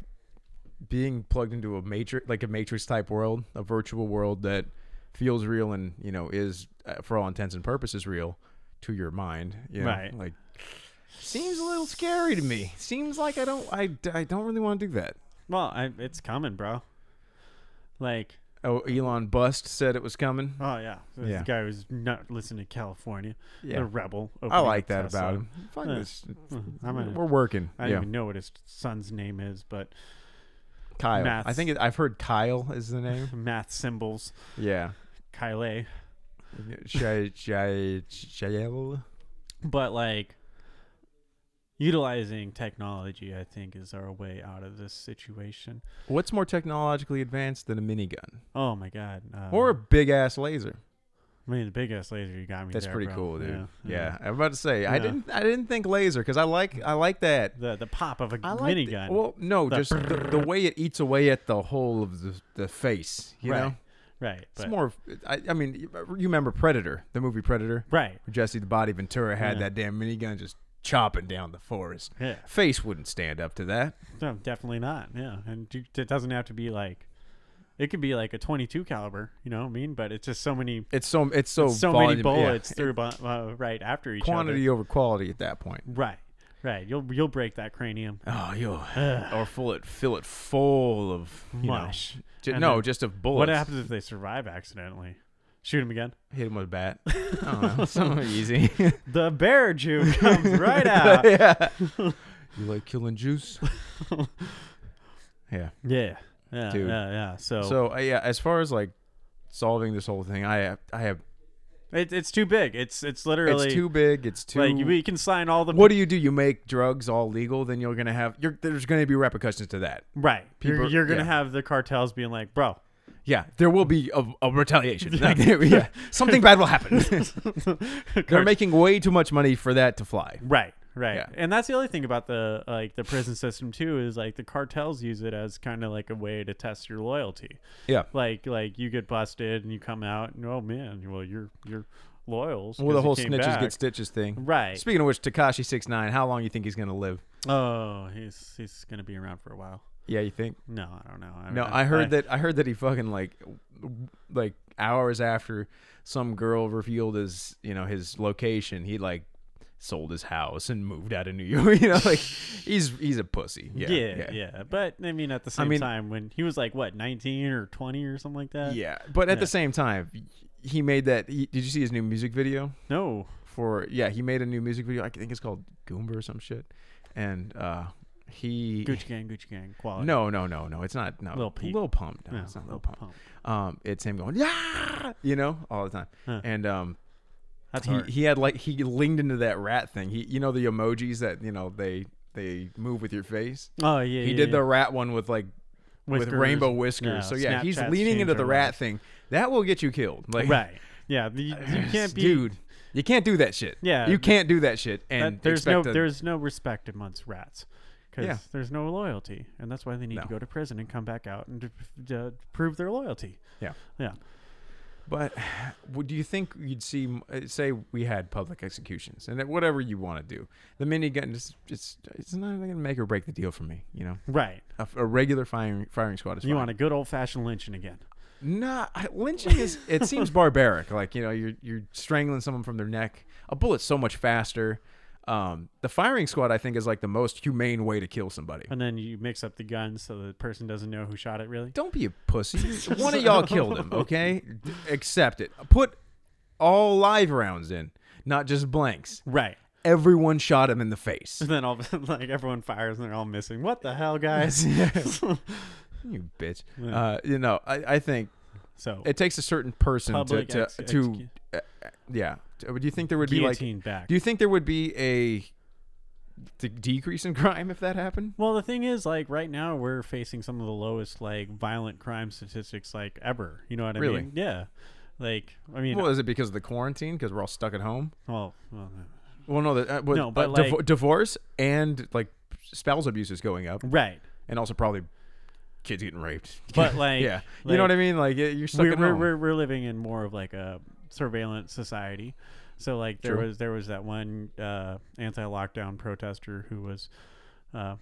being plugged into a matrix, like a matrix type world, a virtual world that feels real and you know is, uh, for all intents and purposes, real to your mind. You know?
Right.
Like, seems a little scary to me. Seems like I don't, I, I don't really want to do that.
Well, I, it's coming, bro. Like,
Oh, Elon Bust said it was coming.
oh yeah, this
Yeah.
guy was not listening to California.
Yeah.
the rebel.
I
opening
like
up
that
Tesla.
about him. Fuck
Yeah.
this.
I'm gonna-
We're working.
I don't
yeah.
even know what his son's name is, but
Kyle. I
Maths.
think it, I've heard Kyle is the name.
math symbols.
yeah.
Kyle.
Shai Shai Shael.
But like utilizing technology I think is our way out of this situation.
What's more technologically advanced than a minigun
Oh my god. Uh,
or a big ass laser?
I mean the big ass laser you got me
That's
there,
pretty
bro.
cool, dude.
yeah.
Yeah, I'm about to say I
Yeah.
didn't I didn't think laser because I like I like that.
The the pop of a
I like the-
minigun.
well, no,
The
just the, the way it eats away at the whole of the, the face. You
right.
know,
Right.
it's
but-
more. of- I, I mean, you remember Predator, the movie Predator?
Right.
Jesse the Body Ventura had
Yeah.
that damn minigun just chopping down the forest.
Yeah.
Face wouldn't stand up to that.
No, definitely not. Yeah. And you- it doesn't have to be like it could be like a 22 caliber, you know what I mean? But it's just so many
It's so it's so
so many
Oh, volume- yeah.
bullets through bu- uh, right after each
quantity
other.
over quality at that point.
Right. Right. You'll you'll break that cranium.
Oh, you'll or fill it fill it full of you
Mush.
Know, ju-
And
no,
then
just of bullets.
What happens if they survive accidentally? Shoot him again.
Hit him with a bat. I don't know. Something easy.
The bear Jew comes right out.
yeah. You like killing juice? yeah.
Yeah. Yeah.
Dude.
Yeah. Yeah. So,
So uh, yeah, as far as like solving this whole thing, I have, I have.
it, it's too big. It's it's literally
It's too big. It's too.
like we can sign all the
what do you do? You make drugs all legal, then you're gonna have. You're, there's gonna be repercussions to that.
right. you're
people-
you're gonna
yeah.
have the cartels being like, bro,
Yeah, there will be a, a retaliation. Like, yeah, something bad will happen. They're
Cart-
making way too much money for that to fly.
Right, right.
Yeah.
And that's the other thing about the like the prison system too is like the cartels use it as kind of like a way to test your loyalty.
Yeah.
Like like you get busted and you come out and oh man, well you're you're loyal.
Well, the whole snitches
back.
get stitches thing.
right.
Speaking of which, Takashi six nine. How long you think he's gonna live?
Oh, he's he's gonna be around for a while.
Yeah, you think?
No, I don't know. I,
No, I heard that. I heard that he fucking like, like hours after some girl revealed his, you know, his location, he like sold his house and moved out of New York. You know, like he's he's a pussy. Yeah,
Yeah yeah, But I mean, at the same
mean-
time, when he was like what nineteen or twenty or something like that.
Yeah, But at
Yeah.
the same time, he made that. He, did you see his new music video?
No.
for yeah he made a new music video i think it's called goomba or some shit and uh he
Gucci gang, Gucci gang, quality.
no no no no it's not no
Lil Peep.
Lil pump no,
No,
it's not
Lil
little pump. um it's him going yeah you know all the time
Huh.
and um
That's
he,
hard.
he had like he leaned into that rat thing he you know the emojis that you know they they move with your face
oh yeah.
he
yeah,
did
yeah.
the rat one with like with
Whiskers.
rainbow whiskers
No,
so yeah he's
Snapchat's
leaning into
changed
the
our
rat
lives.
thing that will get you killed like
Right. Yeah. the- You, you can't be.
dude you can't do that shit
Yeah,
you can't do that shit
that-
and
there's no
expect a-
there's no respect amongst rats. Because
Yeah.
there's no loyalty, and that's why they need
No.
to go to prison and come back out and to, to prove their loyalty.
Yeah.
Yeah.
But would do you think you'd see? m- uh, Say we had public executions, and that whatever you want to do, the minigun just it's it's not going to make or break the deal for me. You know,
Right.
a, f- a regular firing firing squad is.
You
fine.
want a good old fashioned lynching again.
Nah, I- lynching is it seems barbaric. Like you know, you're you're strangling someone from their neck. A bullet's so much faster. Um, the firing squad, I think, is like the most humane way to kill somebody.
And then you mix up the guns so the person doesn't know who shot it really.
Don't be a pussy. One of y'all killed him, okay? D- Accept it. Put all live rounds in, not just blanks.
Right.
everyone shot him in the face.
And then all of a- like everyone fires and they're all missing. What the hell, guys?
you bitch.
Yeah.
Uh, you know, I, I think
so
it takes a certain person
Public
to to,
ex-
to uh, yeah. Do you think there would be like?
guillotine
Do
back.
you think there would be a d- decrease in crime if that happened?
Well, the thing is, like right now, we're facing some of the lowest like violent crime statistics like ever. You know what I
Really?
mean? Yeah. Like I mean,
Well,
well,
is it because of the quarantine? Because we're all stuck at home.
well, no.
Well, no, the, uh, with,
No, but
uh, div-
like-
divorce and like spouse abuse is going up,
right.
and also probably kids getting raped.
But like,
yeah, you know what I mean. Like y- you're stuck
We're,
at
we're,
home.
we're we're living in more of like a surveillance society. So like there
True.
was there was that one uh, anti-lockdown protester who was uh,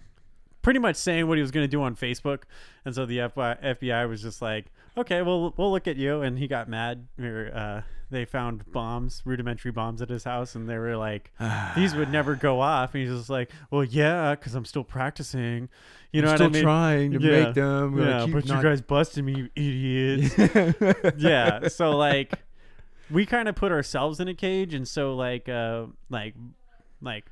pretty much saying what he was going to do on Facebook, and so the FBI, FBI was just like, "Okay, well, we'll look at you." And he got mad. Or, uh, they found bombs, rudimentary bombs at his house, and they were like, "These would never go off." And he's just like, "Well, yeah, because I'm still practicing." You know
I'm
what
still
I mean?
trying to
Yeah.
make them. We're gonna
Yeah,
keep
but you
not-
guys busted me, you idiots yeah so like we kind of put ourselves in a cage and so like uh like like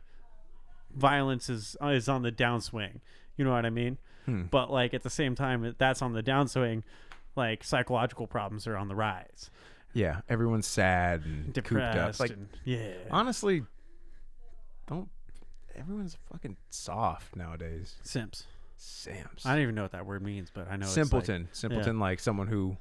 violence is uh, is on the downswing you know what i mean
Hmm.
but like at the same time that's on the downswing like psychological problems are on the rise
yeah, everyone's sad and cooped up.
depressed
Like
and, yeah
honestly, don't. Everyone's fucking soft nowadays.
simps
Sims.
i don't even know what that word means but i know
simpleton. simpleton, like someone who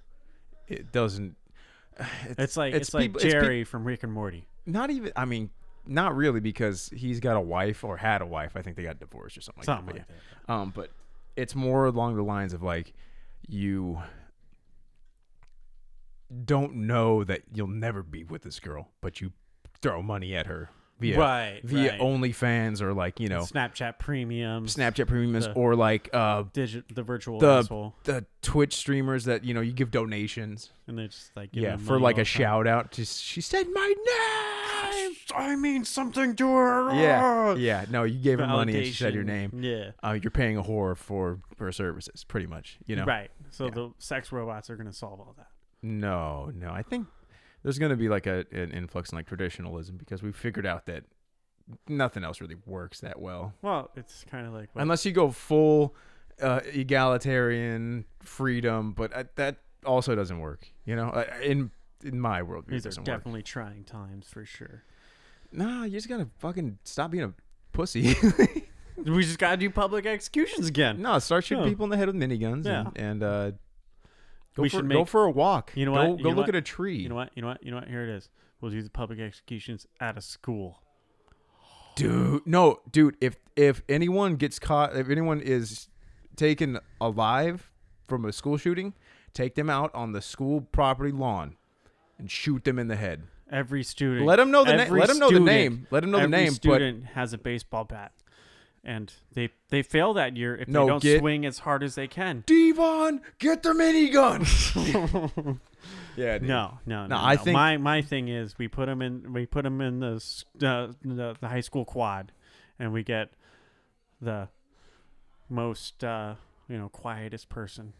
it doesn't.
it's like
It's
it's, like,
people-
it's
it's
like
peop-
jerry from rick and morty
Not even. I mean, not really, because he's got a wife or had a wife. I think they got divorced or something like
something
that. but
like
yeah.
that
Um, but it's more along the lines of like you don't know that you'll never be with this girl, but you throw money at her via
Right,
via
right.
OnlyFans or like you know
snapchat premium
Snapchat premiums
the-
or like uh
digit the virtual
the
asshole
the Twitch streamers that you know you give donations
and they're just like
yeah for like a shout out. Just she said my name.
I mean something to her.
Yeah, yeah. No, you gave her money and she said your name.
Yeah.
Uh, you're paying a whore for her services, pretty much. You know,
Right. So the sex robots are going to solve all that.
No, no. I think there's going to be like a an influx in like traditionalism because we figured out that nothing else really works that well
Well, it's kind of like what-
unless you go full uh, egalitarian freedom. But I, that also doesn't work. You know, I- I- in in my world, it
these are
doesn't work.
definitely trying times for sure.
Nah, you just gotta fucking stop being a pussy.
we just got to do public executions again.
no, start shooting
No.
people in the head with miniguns
Yeah.
and, and uh, go
We
for
should
go
make-
for a walk.
You know
Go,
what? You
go
know
look
what?
at a tree.
You know what? You know what? You know what? Here it is. We'll do the public executions at a school.
dude no dude if if anyone gets caught if anyone is taken alive from a school shooting take them out on the school property lawn and shoot them in the head
Every student.
let them know the name
every
let them know the
student-
name let them know the
every
name but
student has a baseball bat, and they they fail that year if
No,
they don't
get-
swing as hard as they can.
devon get their minigun yeah dude.
No, no, no.
No,
no
I think-
my my thing is we put them in we put 'em in the, s- uh, the the high school quad, and we get the most uh, you know quietest person,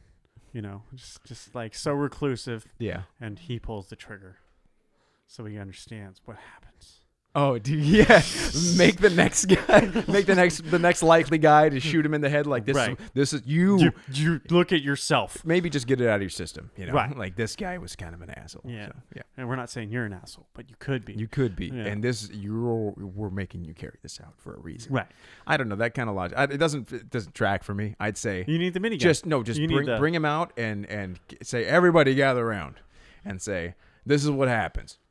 you know, just just like so reclusive,
yeah
and he pulls the trigger, so he understands what happens.
oh dude yeah make the next guy make the next the next likely guy to shoot him in the head like this
Right.
is, this is you,
You, you look at yourself,
maybe just get it out of your system you know
Right.
like this guy was kind of an asshole
Yeah.
so, yeah
and we're not saying you're an asshole, but you could be.
You could be,
Yeah.
and this you're we're making you carry this out for a reason.
right.
I don't know that kind of logic. I, it doesn't it doesn't track for me. I'd say
You need the minigun.
just no, just
you need
bring
the-
bring him out and and g- say everybody gather around, and say this is what happens,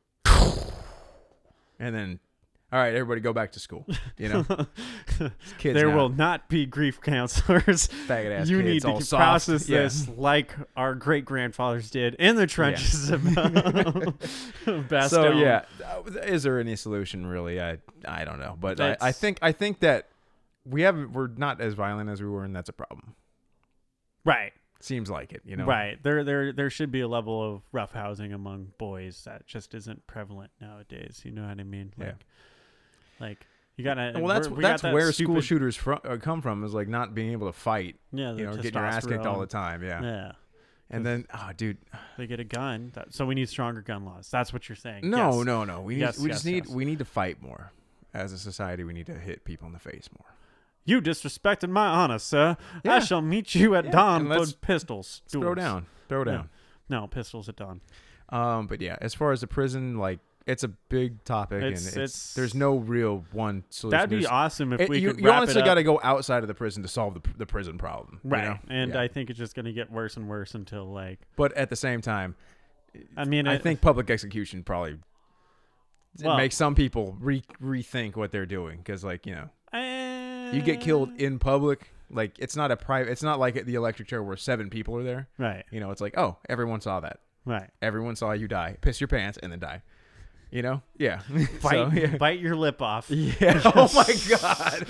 and then all right, everybody go back to school. You know, These kids
there
now,
will not be grief counselors.
Faggot-ass
you
kids,
need to
all soft.
process
Yeah.
this like our great grandfathers did in the trenches of Bastogne.
So yeah, Uh, is there any solution really? I I don't know, but I, I
That's-
think I think that we have we're not as violent as we were, and that's a problem.
right,
Seems like it, you know.
right. There, there, there should be a level of rough housing among boys that just isn't prevalent nowadays. You know what I mean?
Yeah.
Like, like you gotta.
well, that's
we're- we got
that's
that
where school
stupid-
shooters fro- uh, come from is like not being able to fight,
Yeah,
you know, getting your ass kicked all the time. Yeah,
Yeah,
and then oh, dude,
they get a gun. That, so we need stronger gun laws. That's what you're saying.
no,
Yes.
no, no. We need,
Yes,
we just
yes,
need
yes.
we need to fight more as a society. We need to hit people in the face more.
You disrespected my honor, sir.
Yeah.
I shall meet you at
Yeah,
dawn
and
for
let's-
pistols.
Let's
duels.
Throw down, throw
Yeah.
down.
No, pistols at dawn.
Um, but yeah, as far as the prison, like it's a big topic,
It's-
and it's,
it's-
there's no real one solution.
That'd be
There's-
awesome if
it-
we
you,
could
you
wrap
honestly
it up.
got to go outside of the prison to solve the, pr- the prison problem, you
right,
know?
and
Yeah.
I think it's just going to get worse and worse until like.
but at the same time,
I mean,
I
it-
think public execution probably it
Well-
makes some people re- rethink what they're doing because, like you know,
eh,
you get killed in public. Like it's not a private. It's not like at the electric chair where seven people are there.
Right,
You know, it's like oh, everyone saw that.
right.
Everyone saw you die. Piss your pants and then die. You know? Yeah.
Bite,
So, yeah. Oh
bite your lip off.
Yeah. Oh my god.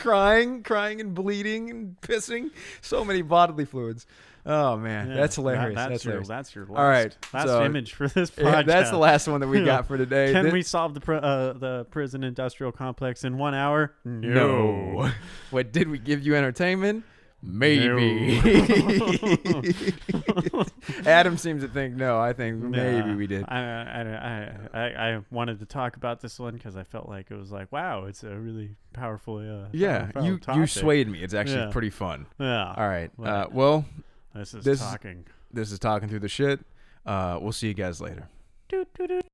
crying, crying and bleeding and pissing. So many bodily fluids. Oh man,
Yeah,
that's
that- that's,
hilarious. that's
your
hilarious.
that's your last,
All right,
last
so-
image for this project.
Yeah, that's the last one that we got for today.
Can
Thi-
we solve the pr- uh, the prison industrial complex in one hour?
No. what did we give you entertainment? Maybe. Adam seems to think no. I think maybe
Nah,
we did.
I, I, I, I, I wanted to talk about this one because I felt like it was like, wow, it's a really powerful. Uh,
Yeah,
powerful
you you
topic.
swayed me. It's actually
Yeah.
pretty fun.
Yeah.
All right. Uh,
Well,
well,
this is
this is-
talking.
this is talking through the shit. Uh, we'll see you guys later.
Doot, doot, doot.